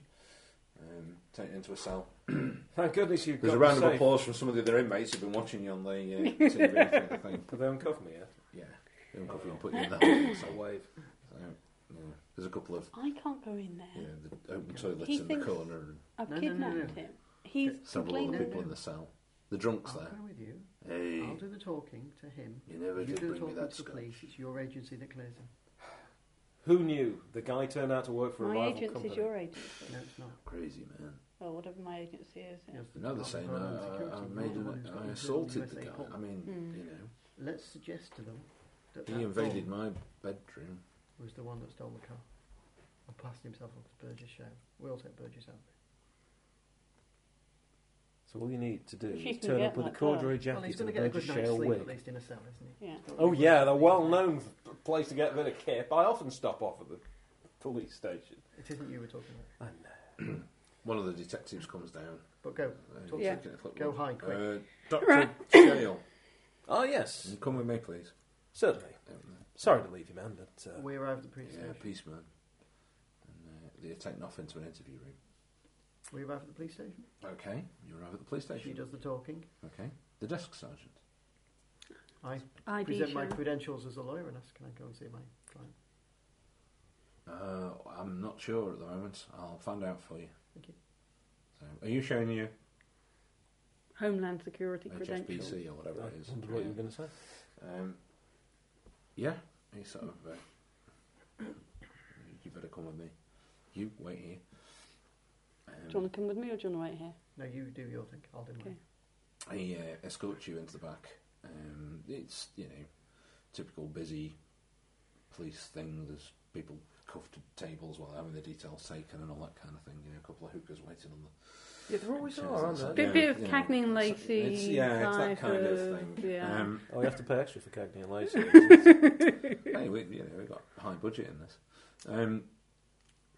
um, take it into a cell.
Thank goodness you've
There's
got
a round
me
of
safe.
applause from some of the other inmates who've been watching you on the uh, TV. I think, I think.
Have they uncuffed me yet?
Yeah, they don't coffee and put you in the hole.
So
So,
wave.
so, yeah. There's a couple of
I can't go in there.
you know, the open toilets
He
in
thinks-
the corner and
I've
No, no, no,
kidnapped
no.
him. He's
several other
completely.
people in the cell. The drunk's
I'll
there.
go with you.
Hey,
I'll do the talking to him.
you never
You
did
do the
bring me
talking
that
to the
scotch.
police. It's your agency that clears him.
Who knew? The guy turned out to work for a
My
rival
agency's
company.
your agency.
No, it's not.
Crazy man.
Or whatever my agency is. yeah.
Yes, the
Another
Department
saying, uh,
of Homeland
I,
Security,
I, I
you're
made
the
an-
one who's got
I
the
assaulted the
USA
guy.
pull.
I mean,
Mm.
you know,
Let's suggest to them that
he
that
invaded
bomb
my bedroom.
was the one that stole the car and passed himself off as Burgess Show. We'll take Burgess out.
So all you need to do
If you
is
can
turn
get
up with a
that
corduroy
well, he's
jacket
going
and
to
a
get a
Burgess
good night's
Shale
sleep,
wig.
at least in a cell, isn't he?
Yeah.
He's got a
Oh
good
yeah,
night's
the
sleep.
well-known f- place to get a bit of kip. I often stop off at the police station.
It isn't you we're talking about.
I know.
One of the detectives comes down.
But go.
Uh,
Talk
Yeah.
he's looking at the
Go
clipboard.
high, quick.
Uh, Doctor
Right.
Shale,
Oh yes,
you come with me, please.
certainly.
Um,
Sorry to leave you, man, but uh,
we arrived at the police
yeah,
station.
peace, man. And uh, they're taken off into an interview room.
We arrived at the police station.
Okay, you arrive at the police
She
station.
does the talking.
Okay, the desk sergeant.
I
ID
present my
show.
credentials as a lawyer and ask, can I go and see my client?
Uh, I'm not sure at the moment. I'll find out for you.
Thank you.
So, are you showing you
Homeland Security credentials.
HSBC or whatever
I
it is?
wondered what you were going to say.
Um, yeah, he sort of. Uh, you better come with me. You wait here.
Do you
Um,
want to come with me or do you want to wait here?
No, you do your thing. I'll do mine.
Okay.
he uh, escorts you into the back. Um, it's you know typical busy police thing. There's people cuffed to tables while having their details taken and all that kind of thing. You know, a couple of hookers waiting on the
Yeah, they're always
Yeah,
are, aren't
it's-
they?
Bit, bit of
yeah.
Cagney and Lacey.
It's- yeah, it's that
type
kind of thing.
Yeah.
Um,
Oh, you have to pay extra for Cagney and Lacey.
hey, we, you know, we've got high budget in this. Um,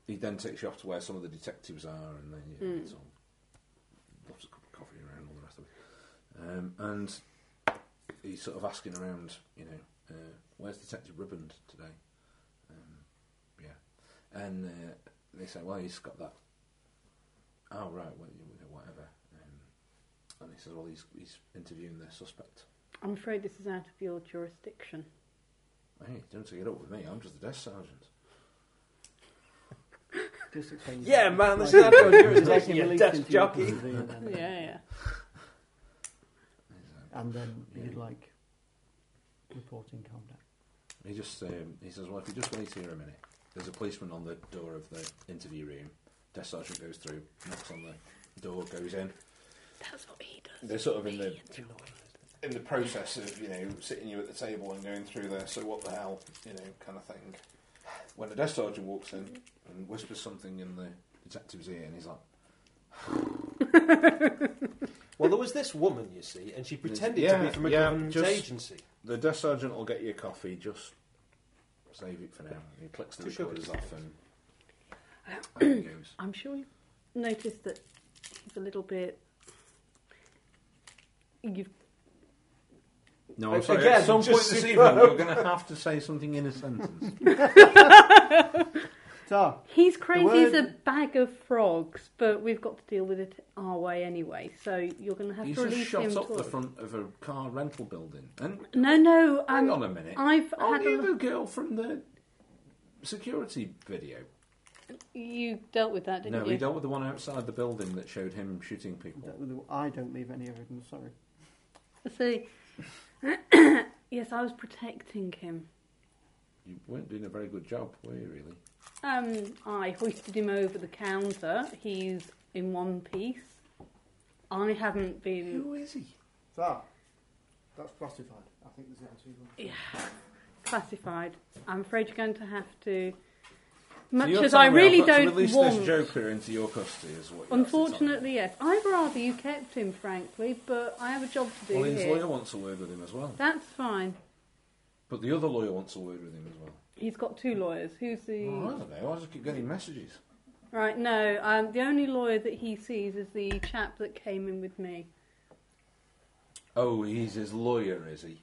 he then takes you off to where some of the detectives are, and then you know,
Mm.
it's all lots of cup of coffee around, all the rest of it. Um, and he's sort of asking around, you know, uh, where's Detective Ribbond today? Um, yeah, and uh, they say, well, he's got that. Oh right, well, you know, whatever. Um, and he says, well, he's he's interviewing their suspect.
I'm afraid this is out of your jurisdiction.
Hey, don't take it up with me. I'm just the desk sergeant.
Just explain.
yeah, man, this is
Right.
out of
Taking
jurisdiction. You
release
desk
into your
jockey.
custody and then-
Yeah, yeah.
And then
Yeah.
you'd like reporting conduct.
He just um, he says, "Well, if you just wait here a minute, there's a policeman on the door of the interview room." Desk sergeant goes through, knocks on the door, goes in.
That's what he does.
They're sort of in the in the process of you know sitting you at the table and going through there. So what the hell, you know, kind of thing. When the desk sergeant walks in and whispers something in the detective's ear, and he's like,
Well, there was this woman, you see, and she pretended to
Yeah,
be from a
yeah,
government
just-
agency.
"The desk sergeant will get you a coffee. Just save it for now." And he clicks the
Two sugars.
recorders off and. out he goes.
I'm sure you've noticed that he's a little bit. You've
No, I'm sorry.
Again,
at some point
just
this
super-
evening, you're going to have to say something in a sentence.
So,
He's crazy
word-
as a bag of frogs, but we've got to deal with it our way anyway. So you're going to have
He's
to
just
release
shot
him.
up
to
the
us.
front of a car rental building. And
No, no. Um,
hang on a minute. Oh,
I've
Aren't
had a
you
look-
the girl from the security video?
you dealt with that, didn't
No,
you?
he dealt with the one outside the building that showed him shooting people.
I don't leave any evidence, sorry.
See, yes, I was protecting him.
You weren't doing a very good job, were you, really?
Um, I hoisted him over the counter. He's in one piece. I haven't been.
Who is he?
So, that's classified. I think there's the answer you want.
Yeah, classified. I'm afraid you're going to have to. Much
you're
as I
telling me I've
really
got to
don't
release
want.
this Joker into your custody, is what you're actually telling me.
Unfortunately, yes. I'd rather you kept him, frankly, but I have a job to do
Well, his
here.
lawyer wants a word with him as well.
That's fine.
But the other lawyer wants a word with him as well.
He's got two lawyers. Who's the
Well, I don't know. I just keep getting messages.
right? No, um, the only lawyer that he sees is the chap that came in with me.
Oh, he's his lawyer, is he?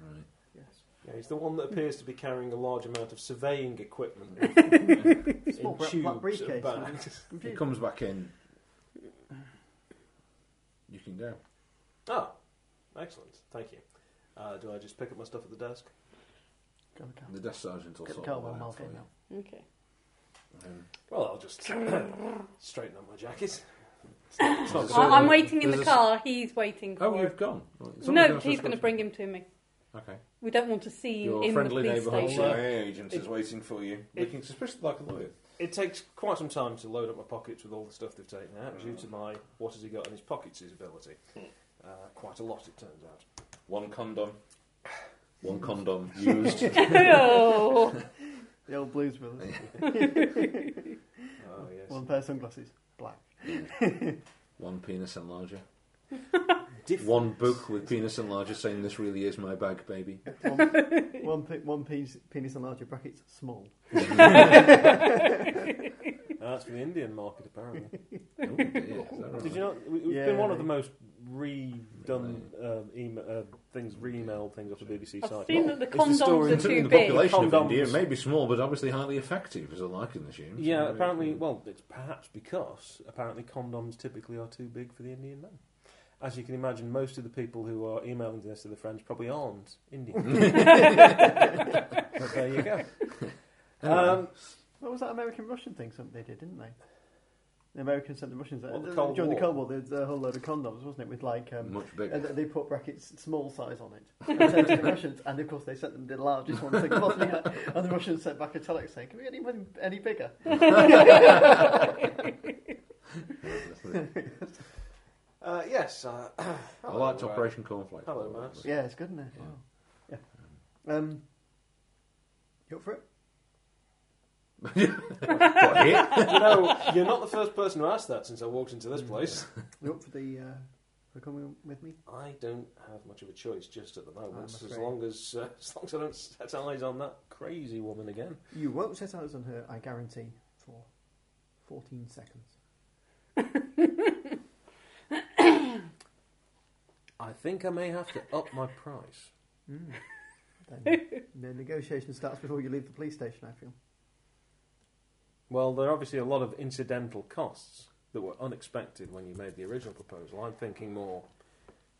Right.
Yes.
Yeah, he's the one that appears to be carrying a large amount of surveying equipment in
Small black,
tubes
black
and
briefcase.
bags.
He comes back in. You can go.
Oh, excellent. Thank you. Uh, do I just pick up my stuff at the desk?
Go on, Cal.
The desk sergeant will
Go on,
sort
Cal,
all
well,
that
I'll
out for
get now.
you.
Okay.
Um,
Well, I'll just straighten up my jacket.
it's not-
So-
I, I'm waiting in
there's
the
a s-
car. He's waiting for.
Oh,
us.
you've gone. Right, somebody
no,
else
he's
has
going to
gone.
bring him to me.
Okay.
We don't want to see him
Your
in the
friendly
police
neighbourhood
station.
Well,
CIA agent is waiting for you,
it-
looking suspiciously like a lawyer.
It takes quite some time to load up my pockets with all the stuff they've taken out due to my what has he got in his pockets his ability. Uh, quite a lot, it turns out.
One condom. One condom used.
oh,
The old Blues Brothers.
Oh, yes.
One pair of sunglasses. Black.
One penis enlarger.
Diff-
One book with penis enlarger saying, This really is my bag, baby.
One, one, pe- one penis, penis and larger brackets. Small.
Uh, That's for the Indian market, apparently.
Oh, dear, is that right?
Did you not? we- It's been
Yeah.
one of the most redone um, email, uh, things, re-emailed things off the BBC
I've
site.
seen that the
It's the story-
condoms are
Considering
too
the
big.
population of
Condoms.
India, it may be small, but obviously highly effective, as all I can assume. So
Yeah,
maybe-
apparently, well, it's perhaps because apparently condoms typically are too big for the Indian man. As you can imagine, most of the people who are emailing this to the friends probably aren't Indian. but there you go. Um,
What was that American Russian thing something they did, didn't they? The Americans sent the Russians
What, the
uh,
Cold
during the
War?
Cold War. There was a whole load of condoms, wasn't it? With like, um,
much bigger.
and they put brackets small size on it. And sent to the Russians, and of course they sent them the largest one they could possibly get. And the Russians sent back a telex saying, "Can we get anyone any bigger?"
uh, yes. Uh,
I liked
hello, uh,
Operation Cornflake.
Hello, Max.
Yeah, it's good, isn't it?
Yeah.
Wow. Yeah. Um, you up for it?
Got hit?
You know, you're not the first person who asked that since I walked into this place.
You up for the uh, for coming with me?
I don't have much of a choice just at the moment.
I'm
As
afraid.
long as, uh, as long as I don't set eyes on that crazy woman again.
You won't set eyes on her, I guarantee, for fourteen seconds.
I think I may have to up my price.
Hmm. Then the negotiation starts before you leave the police station. I feel.
Well, there are obviously a lot of incidental costs that were unexpected when you made the original proposal. I'm thinking more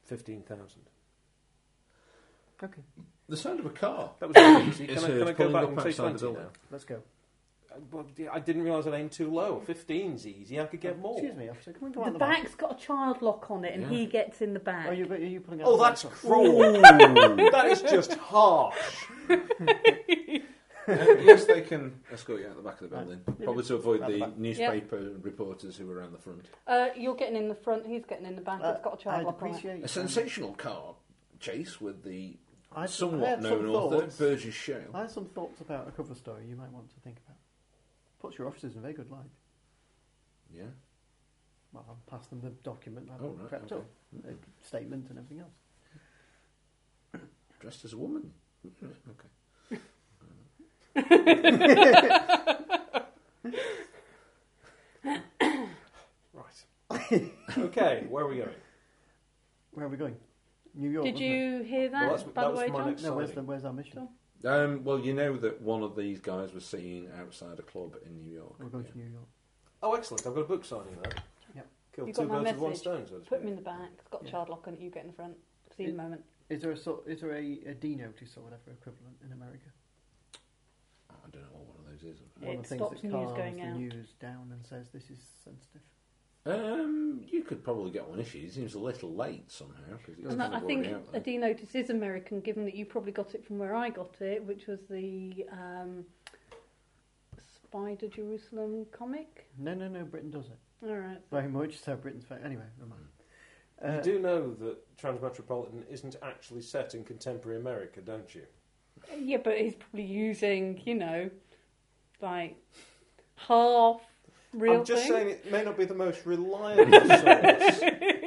fifteen thousand.
Okay,
The sound of a car.
That was really easy.
It's
Can I,
her
can I go
pulling
back
up
and say
outside the
twenty now?
building.
let's go.
Uh, well, d- I didn't realise I aimed too low. Fifteen's easy. I could get more.
Uh, Excuse me, officer. Can we go out
The
the back?
back's got a child lock on it, and
Yeah.
he gets in the back.
Are you, are you pulling out
Oh,
the
that's
back?
cruel. that is just harsh.
Uh, yes, they can escort you out the back of the building. Probably to avoid
Out the
the
back.
newspaper reporters who were around the front.
Uh, you're getting in the front, he's getting in the back.
Uh,
it's got a child
I'd
lock on it.
appreciate.
A sensational car chase with the
I'd- I
somewhat
had
known
some
author,
thoughts.
Burgess Shale.
I have some thoughts about a cover story you might want to think about. Puts your officers in very good light.
Yeah.
Well, I'll pass them the document I've
Oh, right,
prepped
okay.
up, a statement and everything else.
Dressed as a woman. Hmm. Okay.
Right. okay, where are we going?
Where are we going? New York.
Did
wasn't it?
you hear that,
that's-
by
that
the
was
way,
my
John?
next-
No, where's, the,
Sorry.
where's our mission?
Um, well, you know that one of these guys was seen outside a club in New York.
We're going
yeah.
to New York.
Oh, excellent! I've got a book signing that.
Yep.
Killed
You
two
got my
birds with one
message.
stone. So to
Put
speak.
him in the back. It's got
Yeah.
child lock on it. You get in the front. See you in a moment.
Is there a sort? Is there a, a D notice or whatever equivalent in America?
I don't know what one of those is.
One
It
of the things
stops
that
news
calms
going
the
out.
news down and says this is sensitive.
Um, you could probably get one issued. It seems a little late somehow because it's
And
kind
I
of
think
already out
a
there.
D notice is American, given that you probably got it from where I got it, which was the um, Spider Jerusalem comic.
No, no, no. Britain does it.
All right.
Very much so. Britain's fa- anyway. Never mind.
You
Uh,
do know that Transmetropolitan isn't actually set in contemporary America, don't you?
Yeah, but he's probably using, you know, like half real
I'm just
thing.
saying it may not be the most reliable source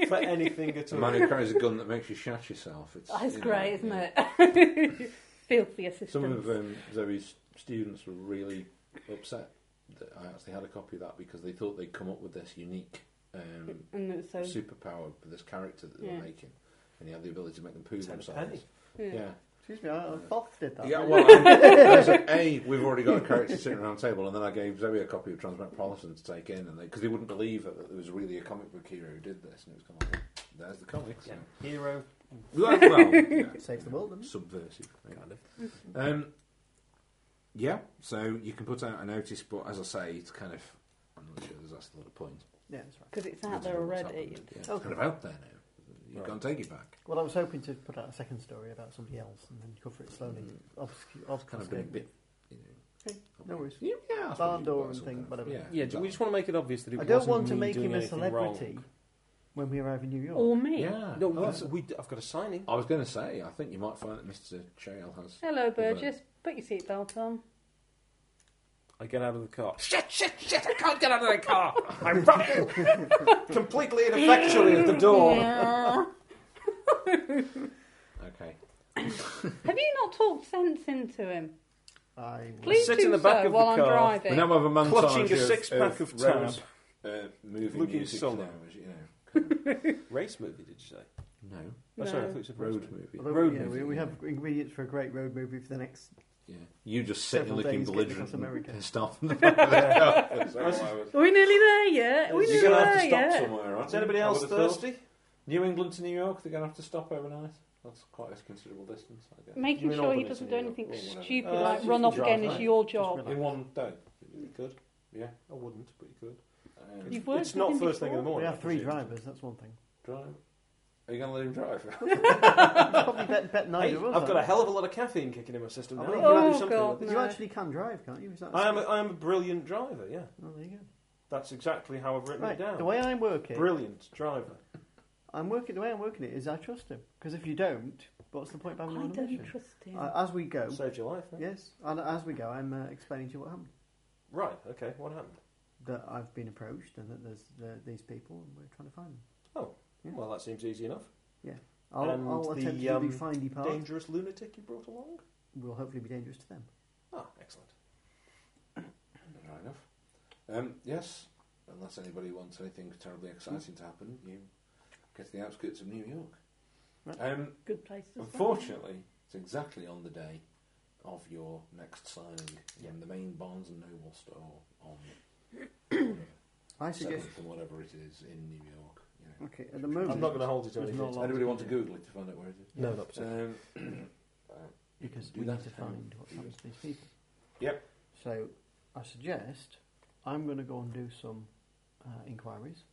for anything at
The
all.
man who carries a gun that makes you shat yourself. It's,
That's
you know,
great, isn't
yeah.
it? Filthy assistance.
Some of um, Zoe's students were really upset that I actually had a copy of that because they thought they'd come up with this unique um,
and it's so
superpower for this character that they
Yeah.
were making, and he had the ability to make them poo
Ten a penny.
themselves.
yeah.
Yeah.
excuse me. I, I thought did that.
Yeah, well, I, I said, A, we've already got a character sitting around the table, and then I gave Zoe a copy of Transmetropolitan to take in, and because they, wouldn't believe that there was really a comic book hero who did this, and it was kind of like, there's the comics.
Yeah. Hero.
Well, well, yeah.
Saves the world, doesn't it?
Subversive,
Kind of.
Um, yeah, so you can put out a notice, but as I say, it's kind of. I'm not sure there's actually a lot of point.
Yeah, that's right.
Because it's
I
out
don't
there
know what's
already.
happened. Yeah,
Okay.
It's kind of out there now. You
Right.
can't take it back.
Well, I was hoping to put out a second story about somebody else and then cover it slowly.
Mm.
Obscu-
It's kind of been a
obfuscate.
bit. You
Okay.
know,
No worries.
Yeah, yeah, I suppose
Barn
you've
door
got
and
some
thing,
kind of-
whatever.
Yeah, we just want to make it obvious that it
I don't
wasn't
want to
me
make
doing
him a
anything
celebrity
wrong.
when we arrive in New York.
Or me.
Yeah.
No,
Oh,
that's-
that's-
we, I've got a signing.
I was going to say, I think you might find that Mr. Chale has.
Hello, Burgess. Put your seatbelt on.
I get out of the car.
Shit, Ah, shit, shit! I can't get out of the car! I'm running!
Completely ineffectually at the door.
Yeah.
Okay.
Have you not talked sense into him?
I will-
Please
Sit
do
in the back
so
of the
while I'm
car.
driving.
We now have a montage
Clutching a
of-
six-pack of tab.
Rose, uh, movie
Looking
music
solo.
now, as you know. kind of-
Race movie, did you say?
no.
Oh,
No.
sorry, I thought you said race
Road
movie.
movie.
Although,
Road
yeah, we,
movie,
we
yeah.
have ingredients for a great road movie for the next.
Yeah. You just sitting
Several
looking
days getting across
belligerent and
America.
pissed off in the back of the car.
Are we nearly there yet? Are we
You're
nearly
going to have
there
to stop
yet?
somewhere, aren't
Is anybody else thirsty?
New England to New York, they're going to have to stop overnight. That's quite a considerable distance, I guess.
Making
You mean
sure
Albany
he
to
doesn't do
New York,
anything
or whatever.
stupid
Uh,
like
you
run
can
off
drive,
again is
right?
your
Just
job.
relax.
In one day, you could. Yeah.
I wouldn't, but you could.
Um,
You've worked
it's
with
not
him
first thing in the
before.
We
morning.
have
I
three
presume.
drivers. That's one thing.
drive. Are you going to let him drive?
Probably bet, bet
Hey,
neither of us.
I've got
are.
a hell of a lot of caffeine kicking in my system now.
Oh,
I've got to do
God,
something
no.
with it.
But You actually can drive, can't you? Is that
I am, a, I am a brilliant driver, yeah.
Oh, there you
That's exactly how I've
go.
written it
Right.
down.
The way I'm working,
Brilliant driver.
I'm working. The way I'm working it is I trust him. Because if you don't, what's the point of
I
having an
don't
mission?
trust him.
Uh, as we go,
Saved your life, eh?
yes. And as we go, I'm uh, explaining to you what happened.
Right, okay, what happened?
That I've been approached and that there's uh, these people and we're trying to find them. Yeah.
Well, that seems easy enough.
I'll,
And
I'll
the,
attempt to do
um,
the findy part.
Dangerous lunatic you brought along?
Will hopefully be dangerous to them.
Ah, excellent.
Right enough. Um, yes, unless anybody wants anything terribly exciting to happen, you get to the outskirts of New York.
Right.
Um,
Good place to start.
Unfortunately, it's exactly on the day of your next signing
Yeah.
in the main Barnes and Noble store on whatever,
I suggest. Hmm.
7th or whatever it is in New York. You know.
Okay, at the moment.
I'm not going to hold you to
There's
anything.
not a lot.
Anybody want to Google it to find out where it is?
No, not particularly.
Um,
Because
Do
we
that
need to
at home.
find what
Do
happens to these people.
Yep.
So I suggest I'm going to go and do some uh, inquiries.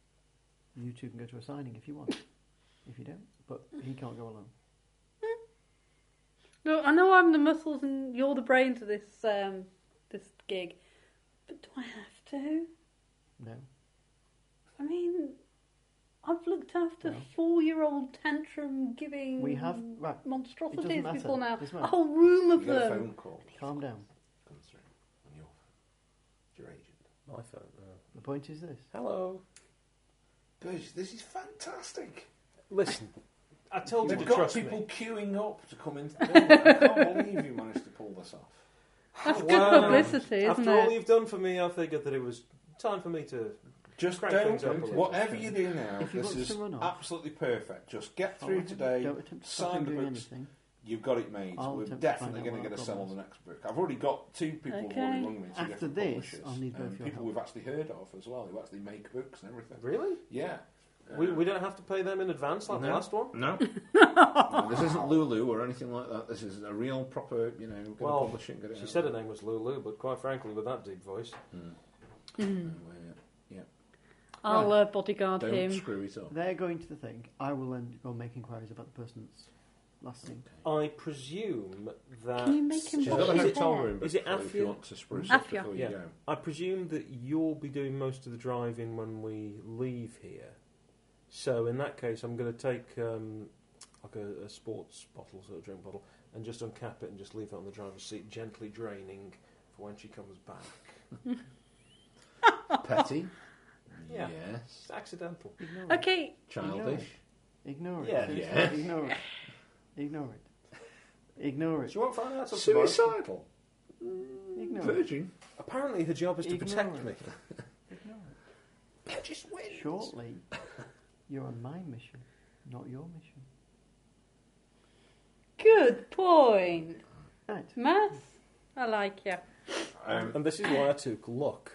You two can go to a signing if you want. if you don't, but he can't go alone.
Look, I know I'm the muscles and you're the brains of this um, this gig, but do I have to?
No.
I mean, I've looked after
Well.
four-year-old tantrum giving
We have. Right.
monstrosities
matter.
before now.
Doesn't
A
matter.
whole room
you
of
get a
um,
them.
phone call
Calm down.
comes through on your phone. It's your agent.
My phone. uh,
The point is this.
Hello.
Guys, this is fantastic.
Listen, I told you
They've
to
got
trust
people
me.
queuing up to come into the building. I can't believe you managed to pull this off.
That's good
Wow.
publicity, isn't
After all
it?
you've done for me, I figured that it was time for me to
Just
Crank
don't.
things up a
do-
little.
Whatever you do now,
If he
this
wants
is
to run off- Oh,
absolutely perfect. Just get
I'll
through
attempt-
today.
don't attempt to stop
sign
him
the
doing
books.
anything.
You've got it made.
I'll
We're
attempt to
definitely
find out
going to
what
get a
our
sell on the
problem
next book. I've already got two people who've
Okay.
already rung me. Two
After
different
this,
publishers,
I'll need both
and
your
people we've
help.
actually heard of as well. Who actually make books and everything.
Really?
Yeah.
Uh, We, we don't have to pay them in advance like the
No.
last one.
No. No, This isn't Lulu or anything like that. This is a real proper, you know, going to
Well,
publish it and get it
She
out
said her
there.
name was Lulu, but quite frankly, with that deep voice,
Hmm.
Hmm.
Mm.
Anyway, yeah.
I'll uh, bodyguard
Don't
him.
screw it up.
They're going to the thing. I will then go make inquiries about the person that's last seen.
I presume that.
Can you make him
She's got a
wash his
hotel
hair?
room, but
Is it
if you
Afia?
want to spruce up
Afia.
before you
Yeah.
go.
I presume that you'll be doing most of the driving when we leave here. So in that case, I'm going to take um, like a, a sports bottle, sort of drink bottle, and just uncap it and just leave it on the driver's seat, gently draining for when she comes back.
Petty.
Yeah.
Yes.
It's accidental.
Ignore it.
Okay,
Childish.
Ignore it.
Yeah.
Seriously,
Yeah.
Ignore it. Ignore it. Ignore it.
She won't find out till tomorrow.
Suicidal.
Ignore it.
Virgin.
Mm. Apparently, her job is to
Ignore
protect
it.
me.
Ignore
I just win.
it. Shortly, you're on my mission, not your mission.
good point.
Right.
Math, I like you.
Um,
And this is why I took luck.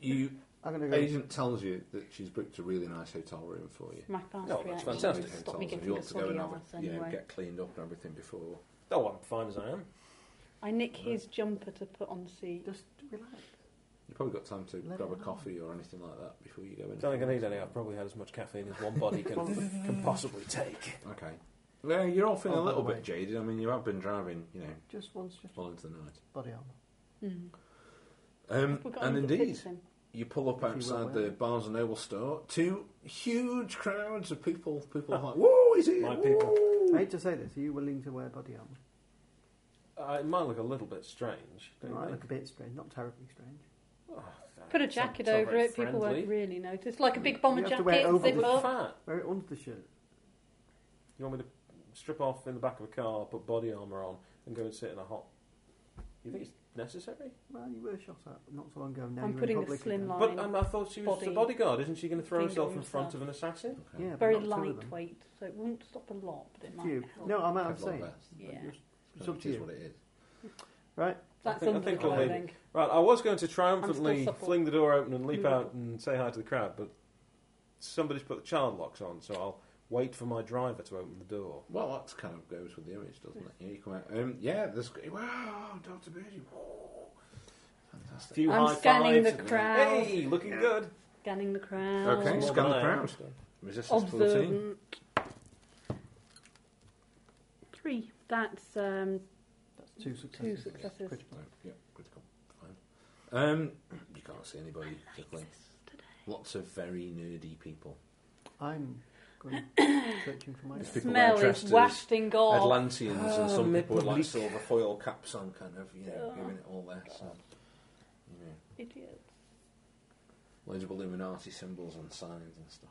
you
I'm going to go.
agent tells you that she's booked a really nice hotel room for you.
My fast
No, that's
reaction is
fantastic.
to stop me
Hotels, and
getting
you
a
ought to go
soggy
and
arse
have a- yeah,
anyway.
get cleaned up and everything before.
Oh, I'm fine as I am.
I nick his jumper to put on the seat.
Just relax.
You probably got time to
Let
grab
it
a
out.
coffee or anything like that before you go in.
I don't think I need any. I've probably had as much caffeine as one body can, can possibly take.
Okay. Yeah, you're all feeling
Oh,
a
by
little
the
bit
way.
jaded. I mean, you have been driving, you know,
Just one stretch
well into the night.
body armor.
Mm.
Um,
We've got
Hmm. and
another
indeed,
picture.
you pull up
If you
outside
will,
the
yeah.
Barnes and Noble store to huge crowds of people. People are like, "Whoa, is it?
My
Whoa!"
Ah. I hate to say this. Are you willing to wear body armor?
Uh, it might look a little bit strange. Don't you
Might
think?
look a bit strange. Not terribly strange.
Oh,
Put a
it's not-
jacket
it's not
over
very
it, people won't
friendly.
really notice. Like a big bomber
You have to
jacket,
wear it over
zip
the-
Look
up.
fat.
Wear it under the shirt.
You want me to strip off in the back of a car, put body armour on, and go and sit in a hot? You think it's necessary?
Well, you were shot at not so long ago. Now
I'm
you're
putting
in
the
public
slim
again.
line.
But um, I thought she was
body,
a bodyguard. Isn't she going to throw
finger
herself in
and
front
stuff.
of an assassin?
Yeah, but
Very
not two of them.
lightweight, so it won't stop a lot, but it might
Few.
help.
No, I'm out of
Kevlar
saying.
vest.
yeah.
It's up
It
to
is
you.
what it is.
Right.
That's
think- I think I'll leave it.
underclothing.
Right, I was going to triumphantly
supple. Hmm.
fling the door open and leap
Move
out and say hi to the crowd, but somebody's put the child locks on, so I'll wait for my driver to open the door.
Well, that kind of goes with the image, doesn't it? Yeah, you come out. Um, yeah, this. Wow, Doctor Beatty. Whoa. Fantastic.
Few
I'm
high
scanning the
fives and-
crowd.
Hey, looking good.
Scanning the crowd.
Okay,
More
scan
than
the
I
crowd.
am.
Resistance fourteen.
Observant. Three. That's um,
That's two successes.
two successes.
No, yeah, critical. Fine. Um, you can't see anybody particularly. Lots of very nerdy people.
I'm going searching for my.
The
people
smell
there dressed
is
as
wafting off.
Atlanteans
Ah,
and some
mais
people with like
public.
silver foil caps on, kind of, you know,
Oh.
giving it all their so, you know,
Idiots.
loads of Illuminati symbols on signs and stuff.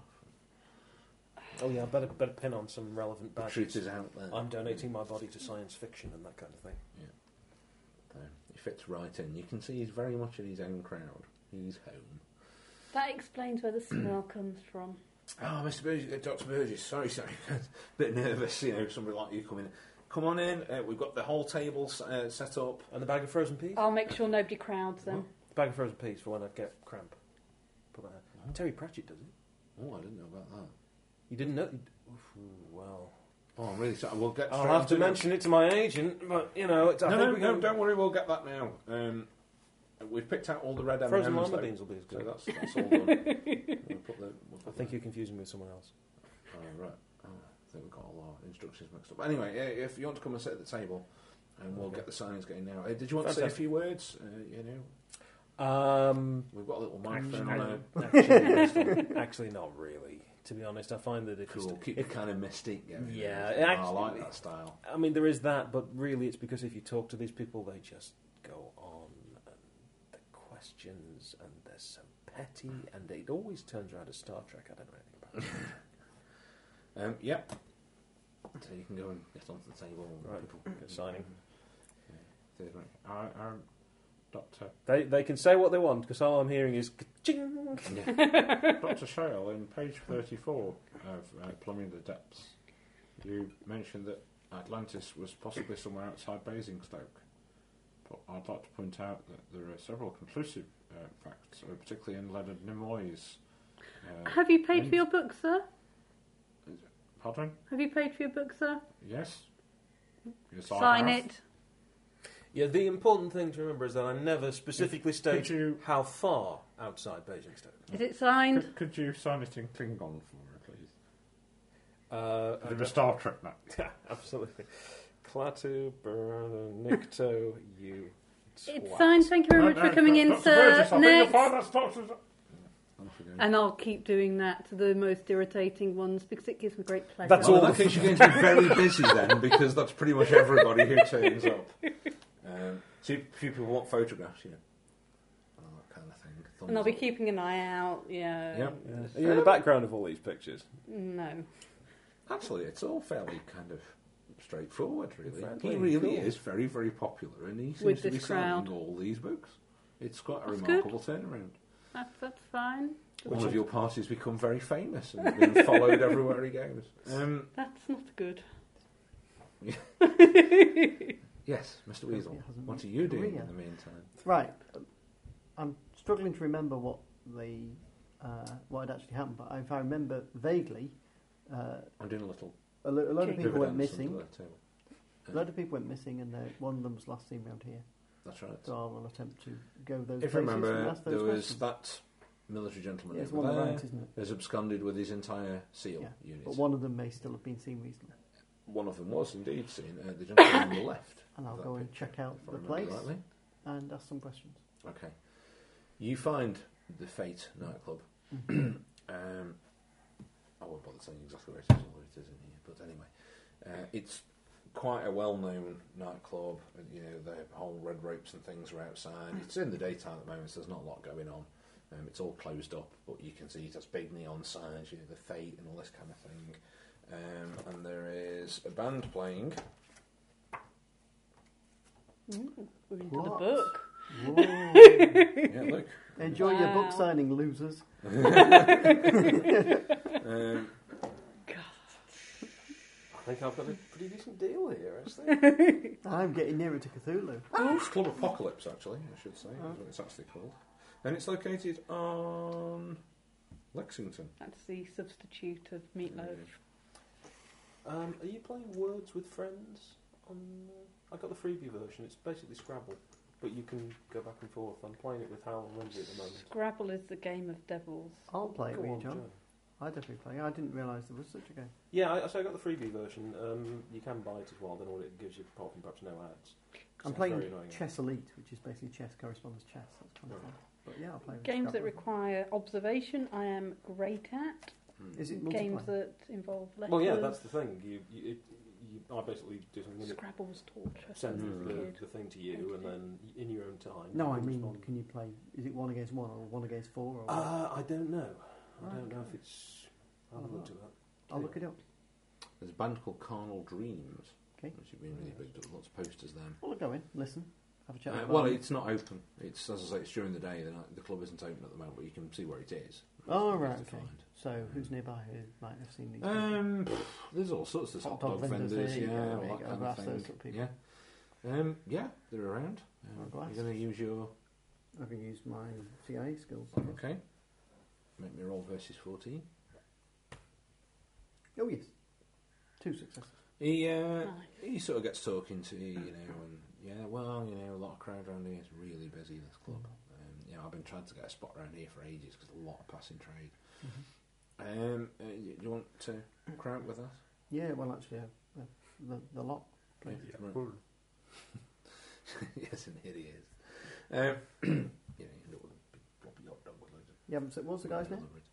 Oh yeah, I better better pin on some relevant
The
badges.
truth is uh, out there.
I'm donating my body to science fiction and that kind of thing.
So, he fits right in. You can see he's very much in his own crowd. He's home.
That explains where the smell comes from.
Oh, Mr. Burgess, uh, Dr. Burgess, sorry, sorry. Bit nervous, you know, somebody like you coming in. Come on in, uh, we've got the whole table s- uh, set up.
And the bag of frozen peas.
I'll make sure nobody crowds them.
Oh,
The bag of frozen peas for when I get cramp. Put that. in. Terry Pratchett does it.
Oh, I didn't know about that.
You didn't know? Oof, well,
Oh, I'm really sorry. We'll get
I'll
straight
have
onto
to
it.
mention it to my agent, but you know, it's, I
No,
think
no,
we
no,
can-
don't worry, we'll get that now. Um, we've picked out all the red M&Ms.
Frozen lima
though.
beans will be as
So
good.
that's, that's all done. We'll put the- we'll
I
put
think
the-
you're confusing me with someone else.
Oh, right. Oh, I think we've got all our instructions mixed up. But anyway, uh, if you want to come and sit at the table, and we'll
Okay.
get the signs going now. Uh, did you want to say a
Fantastic.
few words? Uh, you know,
Um,
we've got a little microphone on there.
actually, actually, actually, not really. To be honest, I find that if you
Cool.
st-
Keep
if
it kind of mystique going.
Yeah,
Oh,
it
I
actually-
like that style.
I mean, there is that, but really, it's because if you talk to these people, they just go on and the questions, and they're so petty, and it always turns around to Star Trek. I don't know anything about. it.
Um, yep. So you can go and get onto the table. and
Right,
people
Good signing.
Third rank. I, I Doctor
They, they can say what they want because all I'm hearing is ching.
Doctor Shale in page thirty-four of uh, Plumbing the Depths. You mentioned that Atlantis was possibly somewhere outside Basingstoke, but I'd like to point out that there are several conclusive uh, facts, uh, particularly in Leonard Nimoy's.
oh.
Uh,
Have you paid for your book, sir?
pardon?
Have you paid for your book, sir?
Yes. Yes, I
Sign
have.
it.
Yeah, the important thing to remember is that I never specifically state
you-
how far outside Basingstoke.
Is it signed?
Could, could you sign it in Klingon for me, please?
Uh,
Bit of a Star Trek map.
yeah, absolutely. Klaatu, Brother, Nikto, you.
It's
twat.
signed. Thank you very much for coming in, sir. Next. And I'll keep doing that to the most irritating ones because it gives me great pleasure.
That's
Well,
all.
in that case, you're going to be very busy then, because that's pretty much everybody who turns up. Um, so few people want photographs, you know, and all that kind of thing. Thumbs
And I'll be
up.
keeping an eye out. Yeah.
Yeah.
Yeah. Are you in the background of all these pictures?
No.
Actually, it's all fairly kind of straightforward, really.
Exactly,
He really
cool.
is very, very popular, and he seems
With
to be
this crowd.
selling all these books. It's quite a
That's good.
remarkable turnaround.
That's that's fine.
One of your parties become very famous and has been followed everywhere he goes. Um,
That's not good.
yes, Mr. Weasel,
It hasn't
what are
been
you doing
Korea.
in the meantime?
Right. I'm struggling to remember what the uh, what had actually happened, but if I remember vaguely, uh,
I'm doing a little
a, lo- a load of
Okay.
people went
dividends under
missing.
the table.
A load of people went missing, and uh, one of them was last seen round here.
That's right.
So I will attempt to go those
If
places
I
and
remember,
ask those
there was
questions.
that military gentleman
it's one of
over
the
there
right, isn't it?
who's absconded with his entire SEAL
Yeah,
unit.
But one of them may still have been seen recently.
One of them was indeed seen, uh, the gentleman on the left.
And I'll
That
go and
picture,
check out
if I
the
remember
place
rightly.
and ask some questions.
Okay. You find the Fate nightclub.
Mm-hmm.
um, I won't bother saying exactly where it is or what it is in here, but anyway, uh, it's quite a well-known nightclub. and, You know, the whole red ropes and things are outside.
Mm.
It's in the daytime at the moment, so there's not a lot going on. Um, it's all closed up, but you can see it has big neon signs, you know, the Fate and all this kind of thing. Um, and there is a band playing.
We're into the
What?
book.
yeah, look,
Enjoy your
Wow.
book signing, losers.
um,
I think I've got a pretty decent deal here, actually.
I'm getting nearer to Cthulhu.
It's Club Apocalypse, actually, I should say, is what it's actually called. And it's located on Lexington.
That's the substitute of meatloaf.
um, are you playing Words with Friends? On, uh, I got the freebie version. It's basically Scrabble, but you can go back and forth. I'm playing it with Hal and Lindsay at the moment.
Scrabble is the game of devils.
I'll play it
Go
with you,
on,
John.
Joe.
I definitely play. it. I didn't realise there was such a game.
Yeah, I, so I got the freebie version. Um, you can buy it as well. I don't know what it gives you, apart from perhaps no ads.
I'm
Sounds
playing
very annoying.
Chess Elite, which is basically chess corresponds chess. That's kind of fun. But yeah, I'll play with
Games that
Scrabble.
require observation, I am great at.
Is it
Games
multiplayer?
that involve letters.
Well, yeah, that's the thing. You, you, it, you I basically do something. that
Scrabble's torture.
Send
as a
the,
kid.
the thing to you, and then in your own time.
No,
you
I
can
mean,
respond.
can you play? Is it one against one or one against four? Or
Uh, I don't know. I
Right,
don't know
okay.
if it's. I'll look into that.
I'll look it up.
There's a band called Carnal Dreams,
Okay.
which have been really big. There's lots of posters there.
Well, I'll go in, listen, have a chat.
Uh,
with
well,
Barney.
it's not open. It's as I say, it's during the day. The, night, the club isn't open at the moment, but you can see where it is.
Oh,
It's
right,
easy to
okay.
find.
So, who's nearby who might have seen these?
Um, pff, there's all sorts. There's hot, dog, vendors,
there you go,
yeah, all
there you
that
go.
kind
I've
of
asked
thing.
those sort of people.
Yeah, um, yeah, they're around. Um,
I'll go ask.
you're going to use your
people? I can use my CIA skills.
okay. Make me roll versus fourteen.
Oh yes, two successes.
He uh,
Nice.
he sort of gets talking to you, you know, and yeah, well, you know, a lot of crowd around here. It's really busy this club. Um, you know, I've been trying to get a spot around here for ages because a lot of passing trade.
Mm-hmm.
Um, uh, y- do you want to crowd with us?
Yeah, well, actually, uh, uh, the, the lot. Please.
Right. yes, and here he is. Um, you know, you end up with a big floppy hot dog with loads of.
You haven't seen, what's the guy's name?
flavour in it.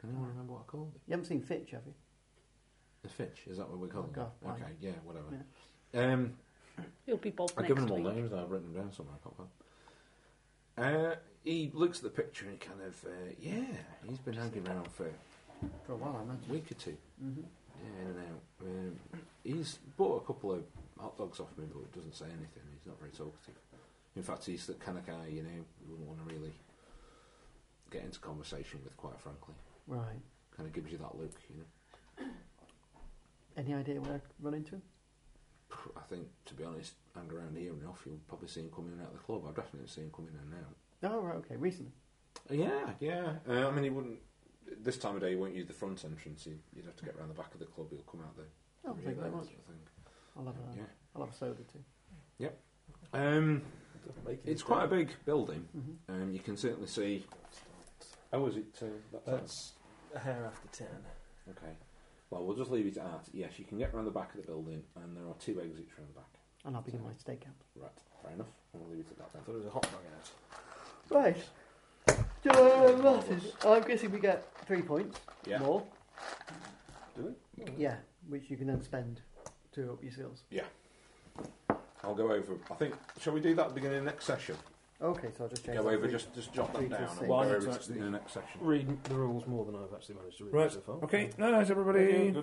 Can anyone remember what I called him?
You haven't seen Fitch, have you?
The Fitch, is that what we
Oh,
called
God,
him?
why?
Okay, yeah, whatever. Um,
It'll be Bob
I've
next
given them all
week.
names. and I've written them down somewhere. I can't find. them. Uh, he looks at the picture and he kind of, uh, yeah, he's been hanging around for a
For a while, I imagine.
week or two,
Mm-hmm.
yeah, in and out. Um, he's bought a couple of hot dogs off me, but doesn't say anything. He's not very talkative. In fact, he's the kind of guy you know you wouldn't want to really get into conversation with, quite frankly.
Right.
Kind of gives you that look, you know.
Any idea where I run into him?
Pr- I think, to be honest, hang around here enough, you'll probably see him coming in and out of the club. I've definitely seen him coming in and out.
Oh, right, okay, recently.
Yeah, yeah. Uh, I mean, he wouldn't. This time of day, he won't use the front entrance. He, you'd have to get round the back of the club. He'll come out there.
Oh, thank you very much.
I think.
I'll have a,
Yeah.
I'll have a soda too.
Um,
Doesn't make any
it's quite a
sense.
big building.
hmm
Um, you can certainly see. Oh, is it? Uh, that time?
That's a hair after ten.
Okay. Well, we'll just leave it at that. Yes, you can get round the back of the building, and there are two exits round the back.
And I'll begin my stakeout.
Right. Fair enough. We'll leave it at
I
that then.
thought it was a hot dog out.
Right. uh, John Martin. I'm guessing we get three points
Yeah.
more.
Do
Yeah, which you can then spend to up your skills.
I'll go over. I think. Shall we do that at the beginning of next session?
Okay, so I'll just change
go
that
over.
three-
Just just jot
three
that
to
down.
six.
And
Well,
go
I need
over
to
it
actually-
in the next section.
Read the rules more than I've actually managed to read
Right,
so far.
Okay. Night, everybody.